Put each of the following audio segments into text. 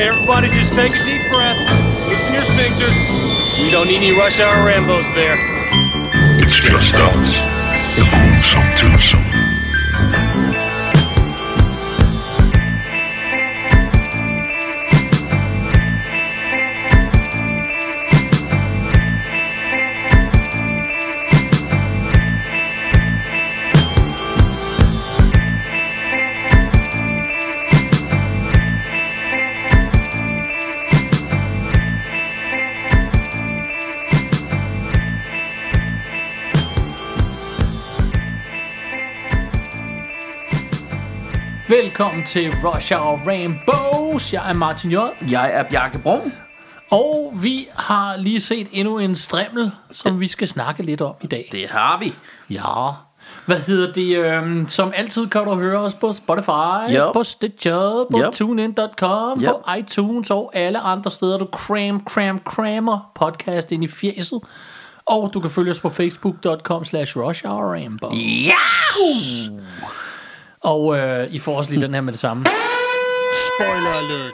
Everybody just take a deep breath. Loosen your sphincters. We don't need any rush hour Rambos there. It's just us. The Lonesome Twosome. Velkommen til Rush Hour Rambos. Jeg er Martin J. Jeg er Bjarke Brun. Og vi har lige set endnu en strimmel, som vi skal snakke lidt om i dag. Det har vi. Ja. Hvad hedder det? Øhm, som altid kan du høre os på Spotify, Yep. på Stitcher, på Yep. TuneIn.com, på Yep. iTunes og alle andre steder, du cram, cram, crammer podcast ind i fjeset. Og du kan følge os på facebook.com slash rushhourrambo. Ja! Og øh, I får også lige den her med det samme. Spoiler alert.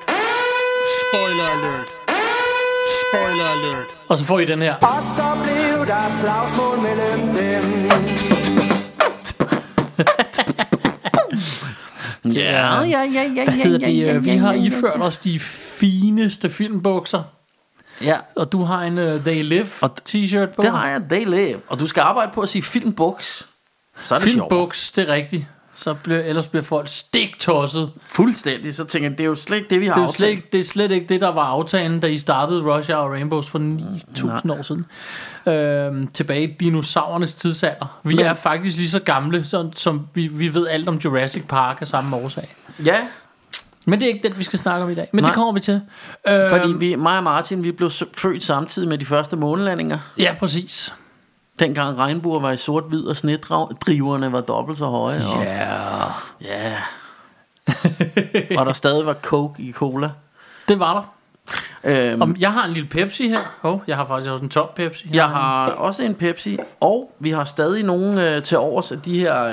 Spoiler alert. Spoiler alert. Og så får I den her. Og så blev der slagsmål mellem dem Ja, ja, ja, ja, Hvad hedder det? øh, vi har iført os de fineste filmbukser, Ja, og du har en uh, They Live Og t-shirt på. det har jeg. They live. Og du skal arbejde på at sige filmbuks. Så er det sjovt. Filmbuks, det er rigtigt. Så bliver, ellers bliver folk stiktosset. Fuldstændig. Så tænker jeg, det er jo slet ikke det, vi har Det er, jo slet aftalt. ikke, det er slet ikke det, der var aftalen, da I startede Rush Hour Rainbows for 9000 år siden. Øhm, tilbage i dinosaurernes tidsalder. Vi Men- er faktisk lige så gamle, som, som vi, vi ved alt om Jurassic Park af samme årsag. Ja, Men det er ikke det, vi skal snakke om i dag. Men Nej. det Nej. kommer vi til. Øhm, fordi vi, mig og Martin, vi blev s- født samtidig med de første månelandinger. Øhm, Ja, præcis. Dengang regnbuer var i sort-hvid, og snedriverne var dobbelt så høje. Og, Ja. ja. og der stadig var coke i cola. Det var der. Øhm, Om, jeg har en lille Pepsi her. Oh, jeg har faktisk også en tom Pepsi. Jeg har også en Pepsi, og vi har stadig nogle øh, til overs af de her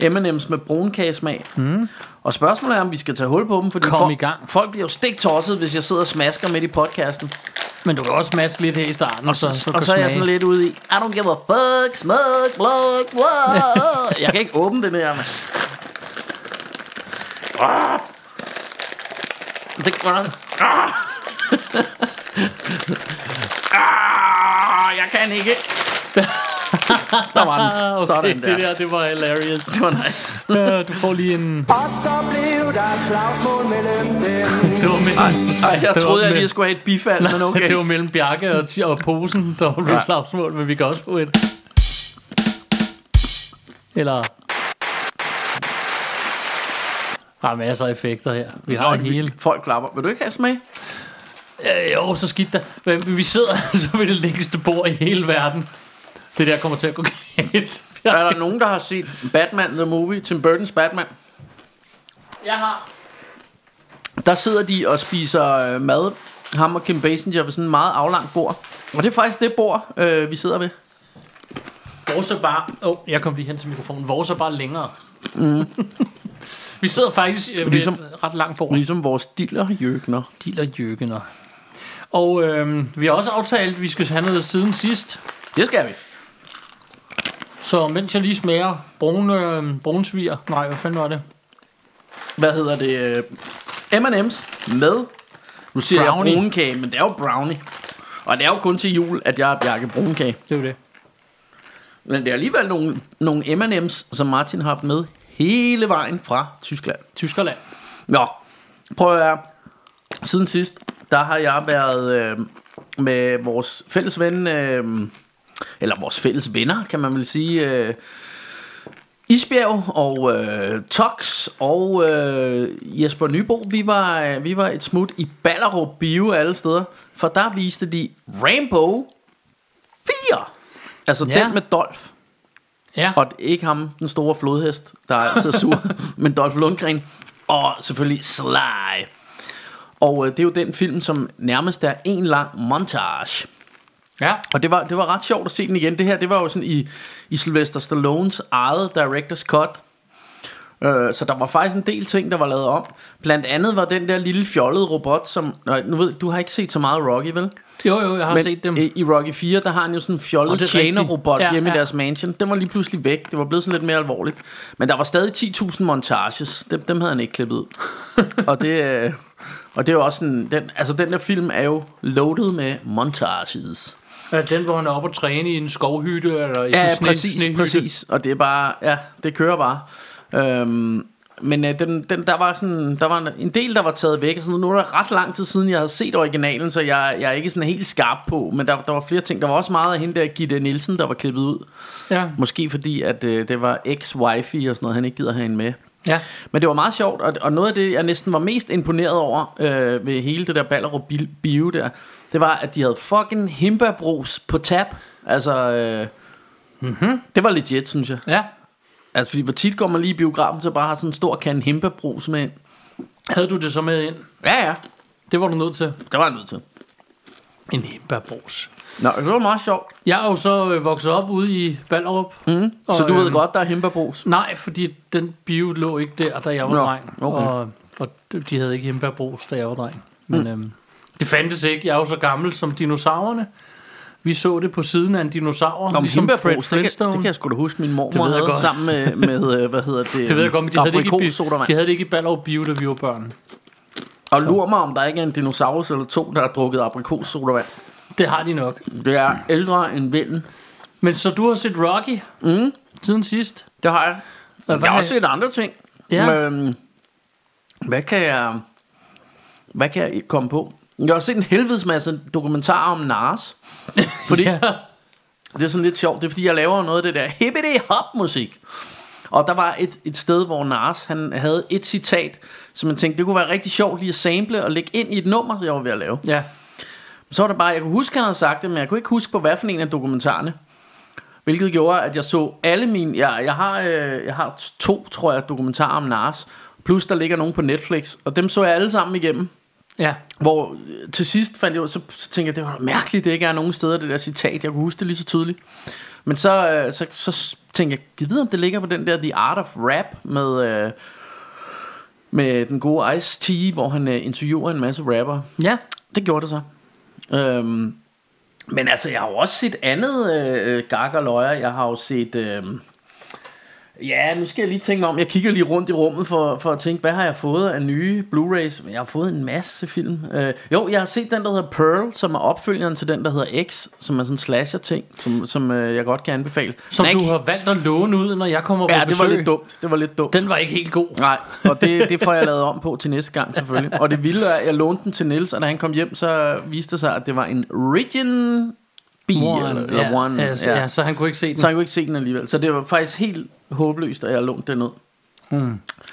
øh, M&M's med brunkagesmag. Mm. Og spørgsmålet er, om vi skal tage hul på dem, fordi Kom folk, i gang. folk bliver jo stiktosset, hvis jeg sidder og smasker midt i podcasten. Men du kan også maske lidt her i starten. Og så, så, og så er jeg sådan lidt ude i, I don't give a fuck, smug, blug, wow. jeg kan ikke åbne den her, mand. Ah. Det går ah. ah, jeg kan ikke. Der var den. Okay, Sådan der. det der, det var hilarious. Det var nice. Øh, du får lige en... Og så blev der slagsmål mellem dem Det var mellem, Ej, jeg Det var troede, jeg med- lige skulle have et bifald, men okay. det var mellem Bjarke og, og posen, der var blevet Ja. slagsmål, men vi kan også få et. Eller... Der er masser af effekter her. Vi har Nå, det hele. Folk klapper. Vil du ikke have smag? Øh, jo, så skidt da. Men vi sidder altså ved det længste bord i hele verden. Det der kommer til at gå galt. Er der nogen, der har set Batman The Movie, Tim Burton's Batman? Jeg har... Der sidder de og spiser øh, mad, ham og Kim Basinger, ved sådan en meget aflangt bord. Og det er faktisk det bord, øh, vi sidder ved. Vores er bare... Åh, oh, jeg kom lige hen til mikrofonen. Vores er bare længere. Mm. vi sidder faktisk øh, ved ligesom, Ligesom- et ret langt bord. Ligesom vores diller jøgner. Diller jøgener. Og øhm, vi har også aftalt, at vi skal have noget siden sidst. Det skal vi. Så mens jeg lige smager brune, øhm, brunsviger... Nej, hvad fanden var det? Hvad hedder det? øh, M&M's med... Nu siger brownie. Brownie. jeg brunkage, men det er jo brownie. Og det er jo kun til jul, at jeg er Bjarke Brunkage. Det var det. Men det er alligevel nogle, nogle M&M's, som Martin har haft med hele vejen fra Tyskland. Tyskerland. Nå, prøv at høre. Siden sidst, der har jeg været øh, med vores fælles ven, øh, eller vores fælles venner, kan man vel sige, øh, Isbjerg og øh, Tox og øh, Jesper Nybo. Vi var, øh, vi var et smut i Ballerup Bio alle steder, for der viste de Rainbow 4. Altså Ja. ja. den med Dolph. Ja. Og ikke ham, den store flodhest, der er altid sur, men Dolph Lundgren. Og selvfølgelig Sly. Og øh, det er jo den film, som nærmest er en lang montage. ja. Og det var, det var ret sjovt at se den igen. Det her, det var jo sådan i, i Sylvester Stallones eget director's cut. Øh, så der var faktisk en del ting, der var lavet om. Blandt andet var den der lille fjollede robot, som... Nå, nu ved, du har ikke set så meget Rocky, vel? Jo, jo, jeg har Men, Men set dem. i- i Rocky 4, der har han jo sådan en Og det fjollet er rigtigt. tjenerrobot Ja, ja, hjemme ja. ja. i deres mansion. Den var lige pludselig væk. Det var blevet sådan lidt mere alvorligt. Men der var stadig 10.000 montages. Dem, dem havde han ikke klippet ud. og det... øh, Og det er jo også sådan, den, altså den der film er jo loaded med montages. Ja, den, hvor han er oppe og træne i en skovhytte, eller i sådan Ja, en sne, præcis, snehytte. præcis. Og det er bare, ja, det kører bare. Øhm, men øh, den, den, der var sådan, der var en, en del, der var taget væk. Og sådan, noget. nu er det ret lang tid siden, jeg havde set originalen, så jeg, jeg er ikke sådan helt skarp på. Men der, der var flere ting. Der var også meget af hende der, Gitte Nielsen, der var klippet ud. Ja. Måske fordi, at øh, det var ex-wifey og sådan noget, han ikke gider have hende med. ja. Men det var meget sjovt, og, og noget af det, jeg næsten var mest imponeret over øh, ved hele det der Ballerup Bil- Bio der, det var, at de havde fucking himberbros på tab. Altså, øh, mm-hmm. det var legit, synes jeg. Ja. Altså, fordi hvor tit går man lige i biografen, så bare har sådan en stor kan himberbros med ind. Havde du det så med ind? Ja, ja. Det var du nødt til. Det var jeg nødt til. En himbeerbrus. Nå, det var meget sjovt. Jeg er jo så øh, vokset op ude i Ballerup. Mm. Og, Mhm. øh, så du ved godt, der er himberbros. Nej, fordi den bio lå ikke der, da jeg var Nå, dreng. okay. Mm. Og, og de- de havde ikke himbeerbrus, da jeg var dreng. Men øhm, det fandtes ikke. Jeg er jo så gammel som dinosaurerne. Vi så det på siden af en dinosaur, Nå, men ligesom himberbros, Fred det, kan, det Flintstone. kan jeg sgu da huske, min Det mormor ved jeg havde godt. sammen med, med, øh, hvad hedder det? det ved jeg godt, men de havde, det ikke i, Aprikosodavand. bi- de havde det ikke i Ballerup Bio, da vi var børn. Og lur mig, om der ikke er en dinosaurus eller to, der har drukket aprikossodavand. Det har de nok. Det er ældre end vinden. Men så du har set Rocky Mm. siden sidst? Det har jeg. Hvad, Jeg har også set andre ting. Ja. Men, øhm, hvad kan jeg... Hvad kan jeg komme på? Jeg har også set en helvedes masse dokumentarer om Nars. Fordi Ja. det er sådan lidt sjovt. Det er fordi, jeg laver noget af det der hippity hop musik. Og der var et, et sted, hvor Nars han havde et citat, som jeg tænkte, det kunne være rigtig sjovt lige at sample og lægge ind i et nummer, jeg var ved at lave. ja. Så var det bare, jeg kunne huske, han havde sagt det, men jeg kunne ikke huske på, hvad for en af dokumentarerne. Hvilket gjorde, at jeg så alle mine... Jeg, jeg, har, øh, jeg har to, tror jeg, dokumentarer om Nars. Plus, der ligger nogen på Netflix. Og dem så jeg alle sammen igennem. Ja. Hvor øh, til sidst fandt jeg ud, så, så tænkte jeg, det var da mærkeligt, det ikke er nogen steder, det der citat. Jeg kunne huske det lige så tydeligt. Men så, øh, så, så tænkte jeg, giv vide, om det ligger på den der The Art of Rap med... Øh, med den gode Ice-T, hvor han øh, interviewer en masse rapper. Ja. Det gjorde det så. Øhm, men altså, jeg har jo også set andet øh, øh, gak og løjer. Jeg har jo set... Øh, ja, nu skal jeg lige tænke mig om. Jeg kigger lige rundt i rummet for, for at tænke, hvad har jeg fået af nye Blu-rays? Men Jeg har fået en masse film. Øh, jo, jeg har set den, der hedder Pearl, som er opfølgeren til den, der hedder X, som er sådan en slasher-ting, som, som øh, jeg godt kan anbefale. Som Den er du ikke- har valgt at låne ud, når jeg kommer på Ja, det var besøg. lidt dumt. Det var lidt dumt. Den var ikke helt god. Nej, og det, det får jeg lavet om på til næste gang selvfølgelig. Og det vilde er, at jeg lånte den til Niels, og da han kom hjem, så viste det sig, at det var en Origin B. eller, eller ja, One. altså, ja. så han kunne ikke se den. Så jeg kunne ikke se den alligevel. Så det var faktisk helt håbløst, at jeg lånte den ud.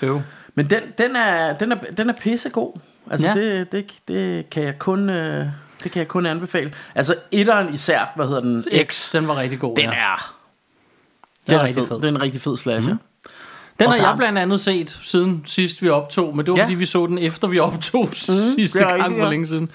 Jo. Men den, den, er, den, er, den er pissegod. Altså Ja. ja. det, det, det, kan jeg kun... øh, Det kan jeg kun anbefale. Altså etteren især, hvad hedder den? X, den var rigtig god. Den ja. er, den er, den er, rigtig fed. fed. Mhm. Det er en rigtig fed slasher. Mm. Den Og har der jeg er- blandt andet set siden sidst vi optog, men det var ja. Ja. Mhm. fordi vi så den efter vi optog mm, sidste det er gang rigtigt, for ja. længe siden.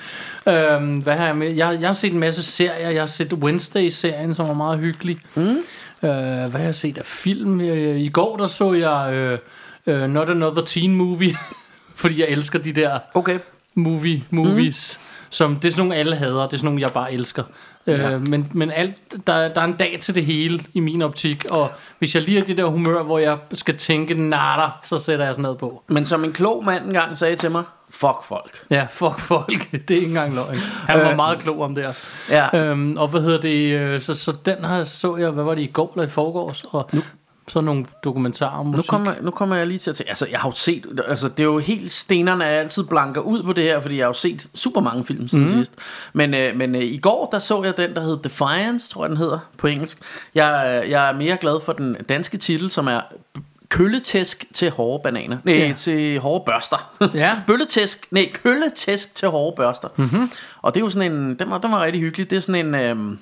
Øhm, hvad har jeg med? Jeg, jeg har set en masse serier. Jeg har set Wednesday-serien, som var meget hyggelig. Mhm. Mm. Øh, hvad har jeg set af film? Øh, I går der så jeg øh, øh, Not Another Teen Movie, fordi jeg elsker de der Okay. movie, movies, mm. som det er sådan nogle, alle hader, det er sådan nogle, jeg bare elsker. Ja. Øh, men, men alt, der, der er en dag til det hele i min optik, og hvis jeg lige er i det der humør, hvor jeg skal tænke, natter, så sætter jeg sådan noget på. Men som en klog mand engang sagde til mig, fuck folk. Ja, fuck folk, det er ikke engang løgn. Han var meget klog om det her. Ja. Øhm, og hvad hedder det, øh, så, så den her så jeg, hvad var det, i går eller i forgårs, og nu. så nogle dokumentarer om Nu musik. kommer, nu kommer jeg lige til at tænke, altså jeg har jo set, altså det er jo helt, stenerne er altid blanker ud på det her, fordi jeg har jo set super mange film siden mm. Mhm. sidst. Men, øh, men øh, i går, der så jeg den, der hed Defiance, tror jeg den hedder på engelsk. Jeg, øh, jeg er mere glad for den danske titel, som er Kølletæsk til hårde bananer. Nej, Ja. ja. til hårde børster. Ja. Bølletæsk, nej, kølletæsk til hårde børster. Mm-hmm. Og det er jo sådan en, den var, den var rigtig hyggelig, det er sådan en... Øh,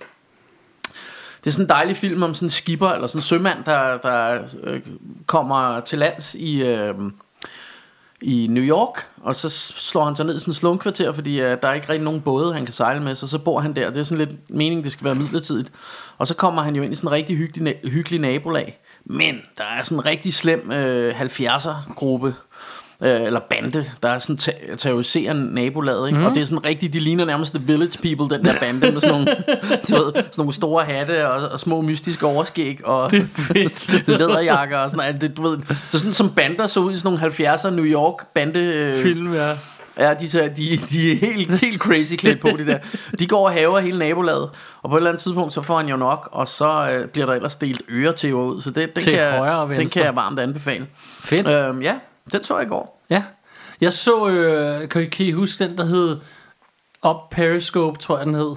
det er sådan en dejlig film om sådan en skipper eller sådan en sømand, der, der øh, kommer til lands i, øh, i New York, og så slår han sig ned i sådan en slumkvarter, fordi øh, der er ikke rigtig nogen både, han kan sejle med, så så bor han der. Det er sådan lidt meningen, det skal være midlertidigt. Og så kommer han jo ind i sådan en rigtig hyggelig, na- hyggelig nabolag, Men der er sådan en rigtig slem øh, 70'er gruppe øh, eller bande, der er sådan ter- terroriserer nabolaget, ikke? Mm. og det er sådan rigtig, de ligner nærmest The Village People, den der bande, med sådan nogle, du ved, sådan nogle store hatte og, og små mystiske overskæg og fedt. læderjakker og sådan noget. Det, du ved, så sådan som bander så ud i sådan nogle 70'er New York bande øh, Film, ja. Ja, de, ser, de, de er helt, helt crazy klædt på, de der. De går og haver hele nabolaget, og på et eller andet tidspunkt, så får han jo nok, og så øh, bliver der ellers delt øretæver ud, så det, den, Til kan, højre og jeg, den venstre. kan jeg varmt anbefale. Fedt. Øhm, ja, den så jeg i går. Ja. Jeg så, øh, kan, I, kan I huske den, der hed Up Periscope, tror jeg den hed,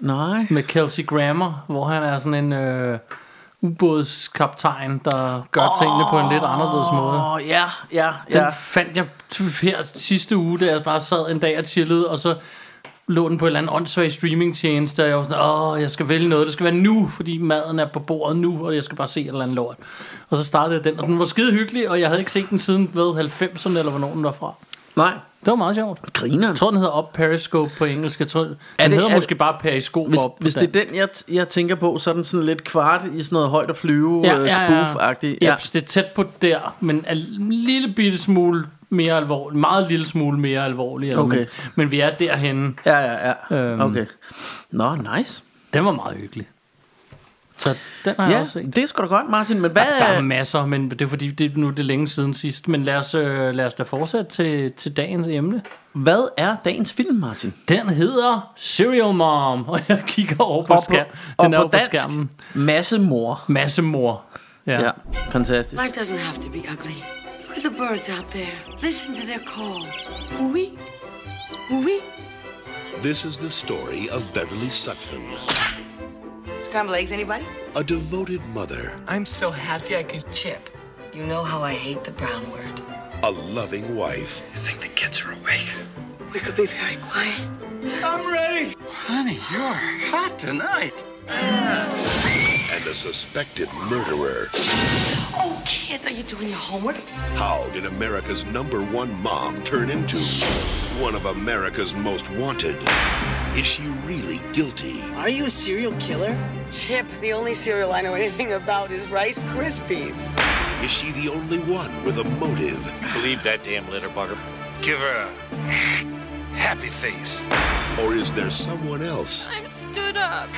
Nej. med Kelsey Grammer, hvor han er sådan en øh, ubådskaptajn, der gør oh, tingene på en lidt anderledes måde. Åh, oh, ja, ja, Den ja. fandt jeg t- her sidste uge, da jeg bare sad en dag og chillede, og så lå den på en eller anden åndssvag streamingtjeneste, og jeg var sådan, åh, jeg skal vælge noget, det skal være nu, fordi maden er på bordet nu, og jeg skal bare se et eller andet lort. Og så startede jeg den, og den var skide hyggelig, og jeg havde ikke set den siden, ved 90'erne, eller hvornår den var fra. Nej. Det var meget sjovt. Griner. Jeg tror, den hedder Up Periscope på engelsk. Jeg tror, den det- hedder er måske det- bare Periscope Hvis, op på hvis det dansk. er den, jeg, t- jeg tænker på, så er den sådan lidt kvart i sådan noget højt at flyve, ja, ja, spoof-agtig. Ja. Jeps, det er tæt på der, men er en lille bitte smule mere alvorlig. En meget lille smule mere alvorlig. eller- Okay. Men, men vi er derhenne. ja, ja, Øhm. ja. Okay. Nå, nice. Den var meget hyggelig. Så den har jeg Ja, også set. det er sgu da godt, Martin, men hvad... Der er masser, men det er fordi, det, er nu det er længe siden sidst. Men lad os, øh, lad os da fortsætte til, til dagens emne. Hvad er dagens film, Martin? Den hedder Serial Mom, og jeg kigger over på, skærmen. Den er jo på skærmen. massemor. Massemor. Ja. ja. Ja, fantastisk. Life doesn't have to be ugly. Look at the birds out there. Listen to their call. Wee, wee. This is the story of Beverly Sutphin, Scramble eggs, anybody? a devoted mother, I'm so happy I could chip. You know how I hate the brown word. a loving wife, I think the kids are awake. We could be very quiet. Honey, you're hot tonight. and a suspected murderer. Oh, kids, are you doing your homework? How did America's number one mom turn into one of America's most wanted? Is she really guilty? Are you a serial killer? Chip, the only cereal I know anything about is Rice Krispies. Is she the only one with a motive? Believe that damn litter bugger. Give her a happy face. Or is there someone else I'm stood up.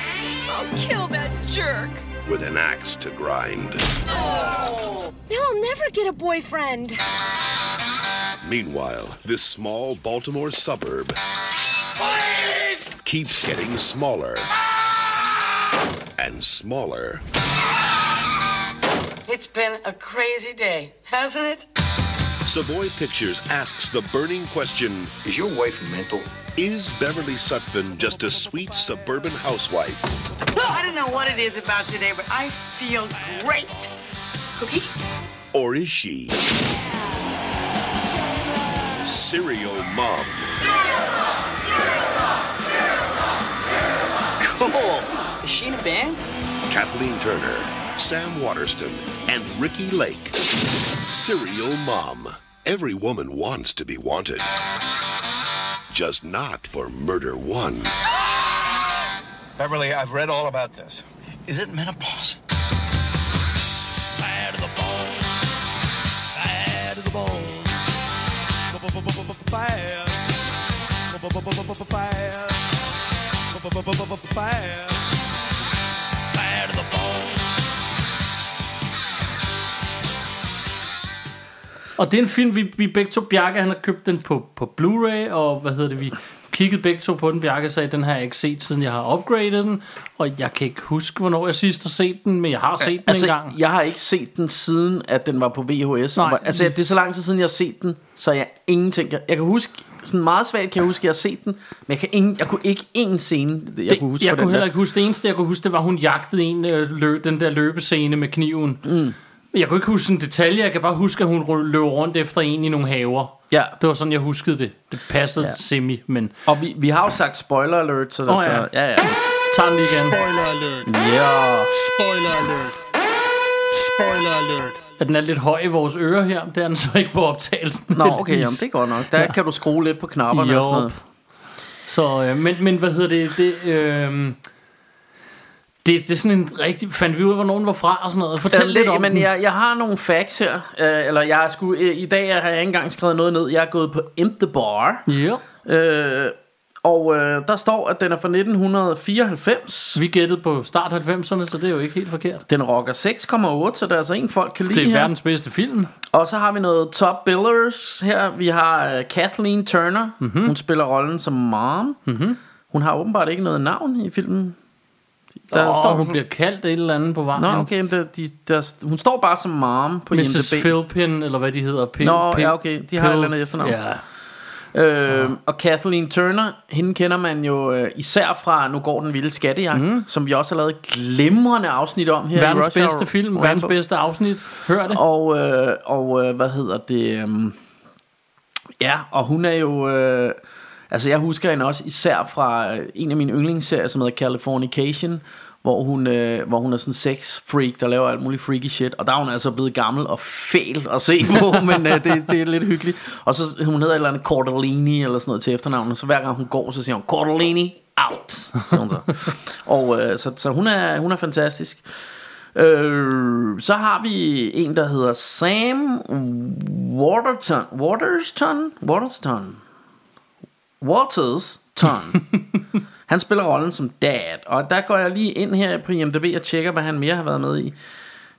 I'll kill that jerk. with an axe to grind? No, I'll never get a boyfriend. Meanwhile, this small Baltimore suburb keeps getting smaller and smaller. It's been a crazy day, hasn't it? Savoy Pictures asks the burning question Is your wife mental? Is Beverly Sutphin just a sweet suburban housewife? I don't know what it is about today, but I feel great. Cookie? Or is she serial mom? Cool. Is she in a band? Kathleen Turner, Sam Waterston, and Ricky Lake. Serial mom. Every woman wants to be wanted, just not for murder one. Beverly, I've read all about this. Is it menopause? Tired of the ball. Tired of the ball. Fire. Fire. Fire. Tired of the ball. Og det er en film, vi, vi begge to, Bjarke, han har købt den på, på Blu-ray, og hvad hedder det, vi kiggede begge to på den. Bjarke sagde, den har jeg ikke set, siden jeg har upgradet den, og jeg kan ikke huske, hvornår jeg sidst har set den, men jeg har set den altså, en gang. jeg har ikke set den siden, at den var på VHS. Nej. Nej. Altså, det er så lang tid siden, jeg har set den, så jeg ingenting. Jeg, jeg kan huske, sådan meget svært kan jeg huske, at jeg har set den, men jeg, kan ingen, jeg kunne ikke én scene, jeg Det, kunne huske jeg fra kunne den heller der. ikke huske det eneste, jeg kunne huske, det var, at hun jagtede en, øh, løb, den der løbescene med kniven. Mm. Jeg kunne ikke huske en detalje, jeg kan bare huske, at hun rø- løb rundt efter en i nogle haver. Ja. Det var sådan, jeg huskede det. Det passede ja. semi, men Og vi, vi har jo sagt spoiler alert, så, oh, Åh, så ja. ja. ja, ja. tager den lige igen. Spoiler alert. Yeah. Spoiler alert. Spoiler alert. At den er lidt høj i vores ører her, det er den så ikke på optagelsen. Nå, okay, heldigvis. jamen, det er godt nok. Der ja. kan du skrue lidt på knapperne og sådan Job. noget. Så, øh, men, men hvad hedder det? det øh, det, det er sådan en rigtig... Fandt vi ud af, hvor nogen var fra og sådan noget? Fortæl Øh, lidt om men den. jeg, jeg har nogle facts her. Øh, eller jeg sku, øh, I dag har jeg ikke engang skrevet noget ned. Jeg er gået på Imp the Bar. Ja. Øh, og øh, der står, at den er fra 1994. Vi gættede på start 90'erne, så det er jo ikke helt forkert. Den rocker 6,8, så der er altså en, folk kan lide Det er her. verdens bedste film. Og så har vi noget top billers her. Vi har øh, Kathleen Turner. Mhm. Mm-hmm. Hun spiller rollen som mom. Mm-hmm. Hun har åbenbart ikke noget navn i filmen. Der oh, står, hun bliver kaldt et eller andet på vejen. Nå, okay, men der, de, der, hun står bare som mom på Mrs. IMDb. Philpin, eller hvad de hedder. Pin, Nå, Pin- ja, okay. De har et Pil- eller andet efternavn. Ja. Øh, og Kathleen Turner, hende kender man jo øh, især fra Nu går den vilde skattejagt, mm. som vi også har lavet et glimrende afsnit om her Mhm. Verdens i Rush bedste Hour film, Rambo. verdens bedste afsnit. Hør det. Og, øh, og øh, hvad hedder det? Øh, ja, og hun er jo... Øh, altså, jeg husker hende også især fra øh, en af mine yndlingsserier, som hedder Californication, hvor hun, øh, hvor hun er sådan sex freak, der laver alt muligt freaky shit. Og der er hun altså blevet gammel og fæl at se på, men øh, det, det er lidt hyggeligt. Og så hun hedder et eller andet Cordellini eller sådan noget til efternavn, og så hver gang hun går, så siger hun Cordellini out, siger hun så. og øh, så, så hun, er, hun er fantastisk. Øh, så har vi en, der hedder Sam Waterton. Waterston? Waterston. Waters Ton. han spiller rollen som dad. Og der går jeg lige ind her på IMDb og tjekker, hvad han mere har været med i.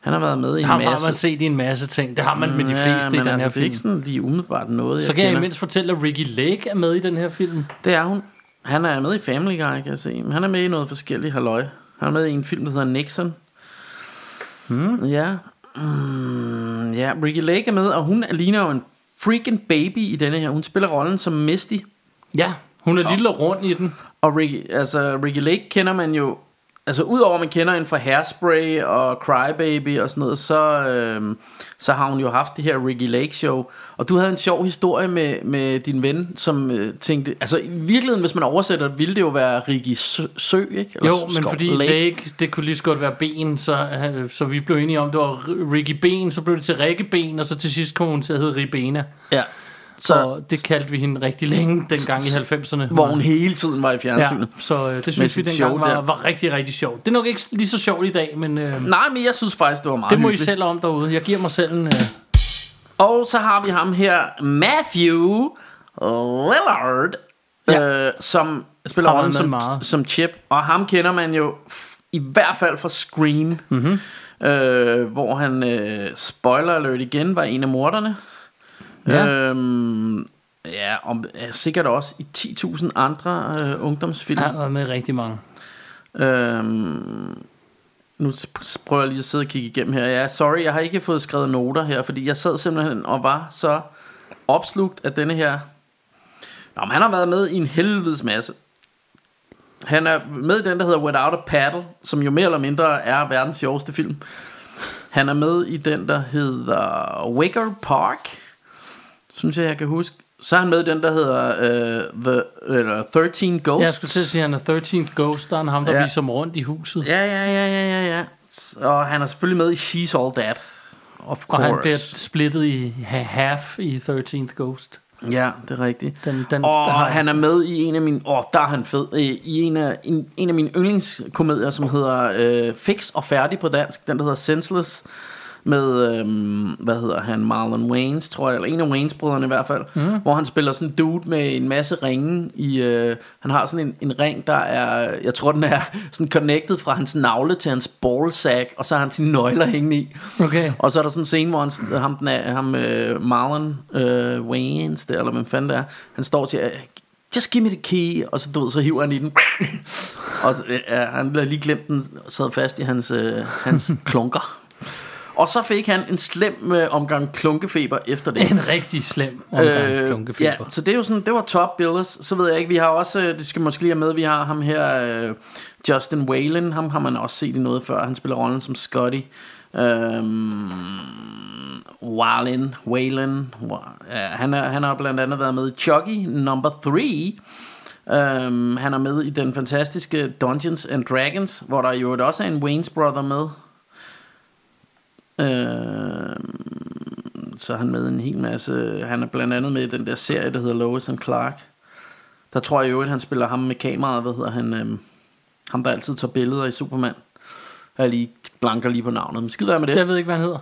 Han har været med i en har masse. man set i en masse ting. Det har man med de Ja, fleste men i den altså, her det er film. ikke sådan lige umiddelbart noget, Så kan jeg kender. imens fortælle, at Ricky Lake er med i den her film. Det er hun. Han er med i Family Guy, kan jeg se. Men han er med i noget forskelligt halløj. Han er med i en film, der hedder Nixon. Hmm. Ja. Mm, ja, Ricky Lake er med, og hun ligner jo en freaking baby i denne her. Hun spiller rollen som Misty. Ja, hun er lille og rund i den. Og Ricky, altså, Ricky Lake kender man jo... Altså, udover at man kender hende fra Hairspray og Crybaby og sådan noget, så, øhm, så har hun jo haft det her Ricky Lake-show. Og du havde en sjov historie med, med din ven, som øh, tænkte... Altså, i virkeligheden, hvis man oversætter det, ville det jo være Ricky Sø, Sø ikke? Jo, men Skov- fordi Lake. Lake, det kunne lige så godt være Ben, så, øh, så vi blev enige om, det var R- Ricky Ben, så blev det til Rikke Ben, og så til sidst kom hun til at hedde Ribena. Ja. Så Så, og det kaldte vi hende rigtig længe dengang i 90'erne. hvor hun hele tiden var i fjernsynet. Ja, så øh, det Med synes vi sit dengang show der. var, var rigtig, rigtig sjovt. Det er nok ikke lige så sjovt i dag, men øh, Nej, men jeg synes faktisk, det var meget det må I hyggeligt. selv om derude. Jeg giver mig selv en... Øh, Og så har vi ham her, Matthew Lillard, ja. øh, som spiller Har været rollen med som, meget. som Chip. Og ham kender man jo f- i hvert fald fra Scream, mm-hmm. øh, hvor han, øh, spoiler alert igen, var en af morderne. Ja. Ja. Øhm, ja, og er sikkert også i 10.000 andre øh, ungdomsfilm. har været med rigtig mange. Øhm, nu s- s- prøver jeg lige at sidde og kigge igennem her. Ja, sorry, jeg har ikke fået skrevet noter her, fordi jeg sad simpelthen og var så opslugt af denne her. Nå, men han har været med i en helvedes masse. Han er med i den, der hedder Without a Paddle, som jo mere eller mindre er verdens sjoveste film. Han er med i den, der hedder Wicker Park, synes jeg, jeg kan huske. Så er han med i den, der hedder uh, The, eller 13 Ghosts. Jeg skulle til at sige, at han er 13 Ghost, der er ham, der ja. Ja. viser mig rundt i huset. Ja, ja, ja, ja, ja, ja. Og han er selvfølgelig med i She's All That. Of Og course. han bliver splittet i ha- half i 13th Ghost. Ja, det er rigtigt. Den- den- og der har- han er med i en af mine... Åh, oh, der er han fed. øh, I en af, en, en af mine yndlingskomedier, som hedder øh, Fix og Færdig på dansk. Den, der hedder Senseless. Med, øhm, hvad hedder han, Marlon Waynes, tror jeg, eller en af Waynes-brødrene i hvert fald, mm. hvor han spiller sådan en dude med en masse ringe i, øh, han har sådan en, en ring, der er, jeg tror den er sådan connected fra hans navle til hans ballsack, og så har han sine nøgler hængende i. Okay. Og så er der sådan en scene, hvor han, ham, den er, ham øh, Marlon øh, Wayans, der, eller hvem fanden det er, han står og siger, just give me the key, og så, du, ved, så hiver han i den. og så, øh, ja, han havde lige glemt den, og sad fast i hans, øh, hans klunker. Og så fik han en slem øh, omgang klunkefeber efter det. En rigtig slem omgang Øh, ja, klunkefeber. så det er jo sådan, det var top billers. Så ved jeg ikke, vi har også, øh, det skal måske lige have med, vi har ham her, øh, Justin Whalen, ham har man også set i noget før. Han spiller rollen som Scotty. Øhm, Whalen, Whalen, Wa- ja, han, er, han har blandt andet været med i Chucky number 3. Øhm, han er med i den fantastiske Dungeons and Dragons, hvor der jo også er en Wayne's Brother med. Øh, Øhm, så er han med i en hel masse. Han er blandt andet med i den der serie, der hedder Lois and Clark. Der tror jeg jo, at han spiller ham med kameraet, hvad hedder han? Øhm, ham, der altid tager billeder i Superman. Jeg lige blanker lige på navnet, men skider jeg med det. Jeg ved ikke, hvad han hedder.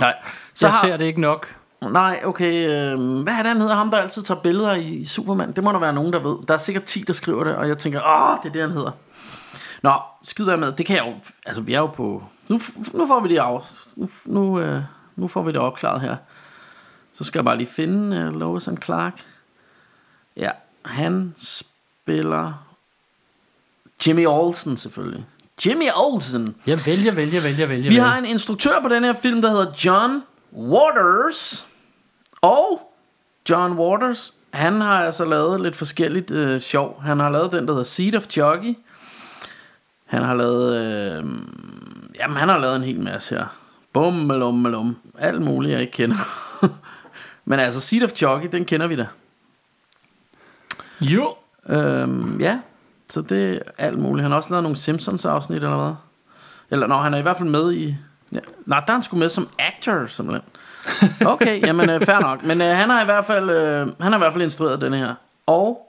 Nej. Så jeg har... ser det ikke nok. Nej, okay. Øh, hvad er det, han hedder? Ham, der altid tager billeder i, i Superman. Det må der være nogen, der ved. Der er sikkert 10, der skriver det, og jeg tænker, åh, det er det, han hedder. Nå, skider jeg med. Det kan jeg jo... Altså, vi er jo på... Nu, f- nu får vi det af. Nu, f- nu, øh, nu får vi det opklaret her. Så skal jeg bare lige finde øh, Lois and Clark. Ja, han spiller... Jimmy Olsen, selvfølgelig. Jimmy Olsen. Jeg vælger, vælger, vælger, vælger. Vi har en instruktør på den her film, der hedder John Waters. Og John Waters, han har altså lavet lidt forskelligt øh, sjov. Han har lavet den, der hedder Seed of Jockey. Han har lavet... Øh, jamen, han har lavet en hel masse her. Bum, malum, malum. Alt muligt, jeg ikke kender. Men altså, Seed of Jockey, den kender vi da. Jo. Øhm, ja, så det er alt muligt. Han har også lavet nogle Simpsons-afsnit eller hvad. Eller, nå, han er i hvert fald med i... Ja. Nej, der er han sgu med som actor, simpelthen. Okay, jamen øh, fair nok. Men øh, han har i hvert fald øh, han har i hvert fald instrueret den her. Og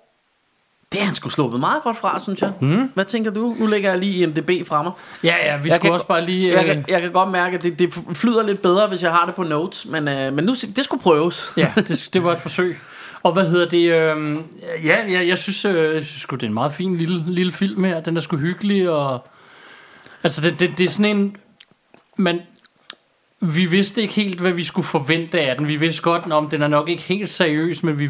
det er han sgu sluppet meget godt fra, synes jeg. Mm. Hvad tænker du? Nu lægger jeg lige IMDB fremme. Ja, ja, Mhm. vi Jeg skulle kan også go- bare lige... øh, Jeg kan, jeg kan godt mærke, at det, det flyder lidt bedre, hvis jeg har det på notes. Men, øh, men nu, det skulle prøves. Ja, det, det var et forsøg. Og hvad hedder det? Øh, ja, ja, jeg synes, øh, jeg synes sgu, det er en meget fin lille, lille film her. Den er sgu hyggelig, og... Altså, det, det, det er sådan en... Man, vi vidste ikke helt, hvad vi skulle forvente af den. Vi vidste godt, om den er nok ikke helt seriøs, men vi,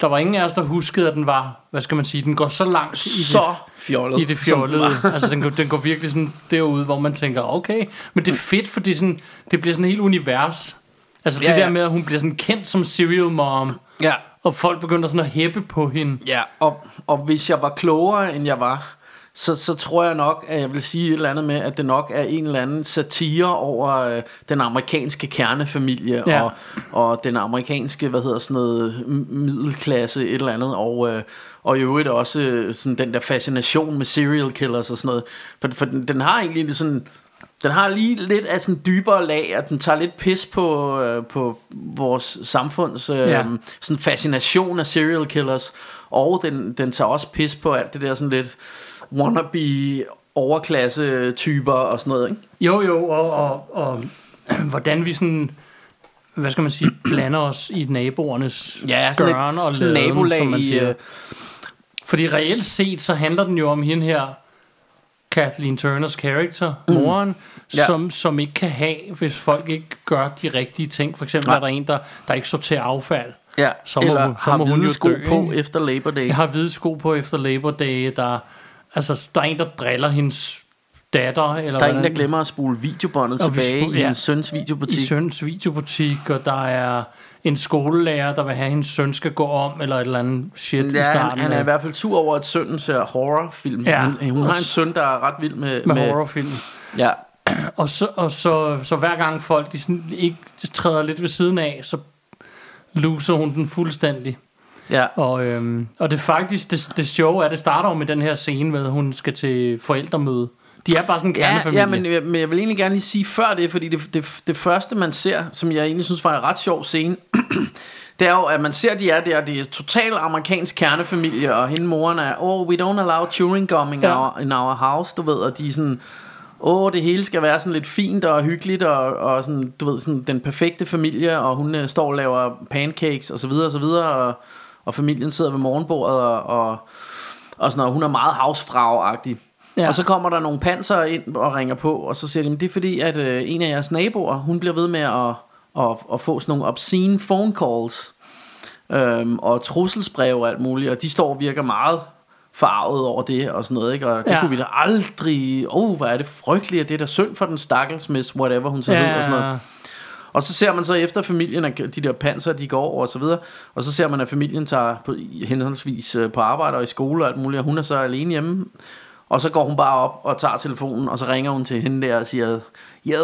der var ingen af os, der huskede, at den var... Hvad skal man sige? Den går så langt i det- Så fjollet. i det som den fjollede. var. altså, den, går- den går virkelig sådan derude, hvor man tænker, okay. Men det Mm. er fedt, fordi sådan, det bliver sådan et helt univers. Altså Ja, det ja. der med, at hun bliver sådan kendt som serial mom, Ja, og folk begynder sådan at hæppe på hende. Ja, Mm. og, og hvis jeg var klogere, end jeg var, så, så tror jeg nok, at jeg vil sige et eller andet med, at det nok er en eller anden satire over øh, den amerikanske kernefamilie Ja. ja. og, og den amerikanske, hvad hedder sådan noget, m- middelklasse, et eller andet, og, øh, og i øvrigt også øh, sådan den der fascination med serial killers og sådan noget. For, for den, den har egentlig lidt sådan... Den har lige lidt af sådan dybere lag, og den tager lidt pis på, øh, på vores samfunds øh, Ja. ja sådan fascination af serial killers, og den, den tager også pis på alt det der sådan lidt wannabe overklasse typer og sådan noget, ikke? Jo, jo, og, og, og hvordan vi sådan, hvad skal man sige, blander os i naboernes sådan gøren og sådan laden, nabolag som man i, siger. øh, Fordi reelt set, så handler den jo om hende her, Kathleen Turners karakter, mm. moren, ja. Ja. som, som ikke kan have, hvis folk ikke gør de rigtige ting. For eksempel Nej. Nej. er der en, der, der ikke sorterer affald. ja, så må eller hun- så har må hun hvide jo sko dø, på ikke? efter Labor Day. Jeg har hvide sko på efter Labor Day. Der, altså, der er en, der driller hendes datter. Eller der er en, hvordan- der glemmer at spole videobåndet Og vi tilbage spol- i ja. en søns videobutik. i søns videobutik, og der er en skolelærer, der vil have, at hendes søn skal gå om, eller et eller andet shit Ja, i han, starten. han er i af- hvert fald sur over, at sønnen ser horrorfilm. Ja. Hun, hun har en søn, der er ret vild med... med, med horrorfilm. Ja, Og, så, og så, så hver gang folk de sådan, ikke træder lidt ved siden af, så loser hun den fuldstændig. ja. Og, øhm, og det er faktisk, det, det sjove er, at det starter jo med den her scene med, at hun skal til forældremøde. De er bare sådan en kernefamilie. Ja, ja men, jeg, men jeg vil egentlig gerne lige sige før det, fordi det, det, det første, man ser, som jeg egentlig synes var en ret sjov scene, det er jo, at man ser, at de er der, det er total amerikansk kernefamilie, og hende moren er, oh, we don't allow chewing gum in, Ja. ja. our, in our house, du ved, og de er sådan, åh, det hele skal være sådan lidt fint og hyggeligt, og, og sådan, du ved, sådan den perfekte familie, og hun øh, står og laver pancakes, og så videre, og så videre, og, og familien sidder ved morgenbordet, og, og, og sådan noget, hun er meget havsfrag-agtig. Ja. Ja. Og så kommer der nogle panser ind og ringer på, og så siger de, "Men det er fordi, at øh, en af jeres naboer, hun bliver ved med at, at, at få sådan nogle obscene phone calls, øhm, og trusselsbreve og alt muligt, og de står og virker meget farvet over det og sådan noget, ikke? Og det Ja. ja. kunne vi da aldrig... Åh, oh, hvor er det frygteligt, og det er da synd for den stakkels miss, whatever hun så ja. ja, hedder og sådan ja, noget. ja. Og så ser man så efter familien, at de der panser, de går over og så videre, og så ser man, at familien tager på, henholdsvis øh, på arbejde og i skole og alt muligt, og hun er så alene hjemme. Og så går hun bare op og tager telefonen, og så ringer hun til hende der og siger, jeg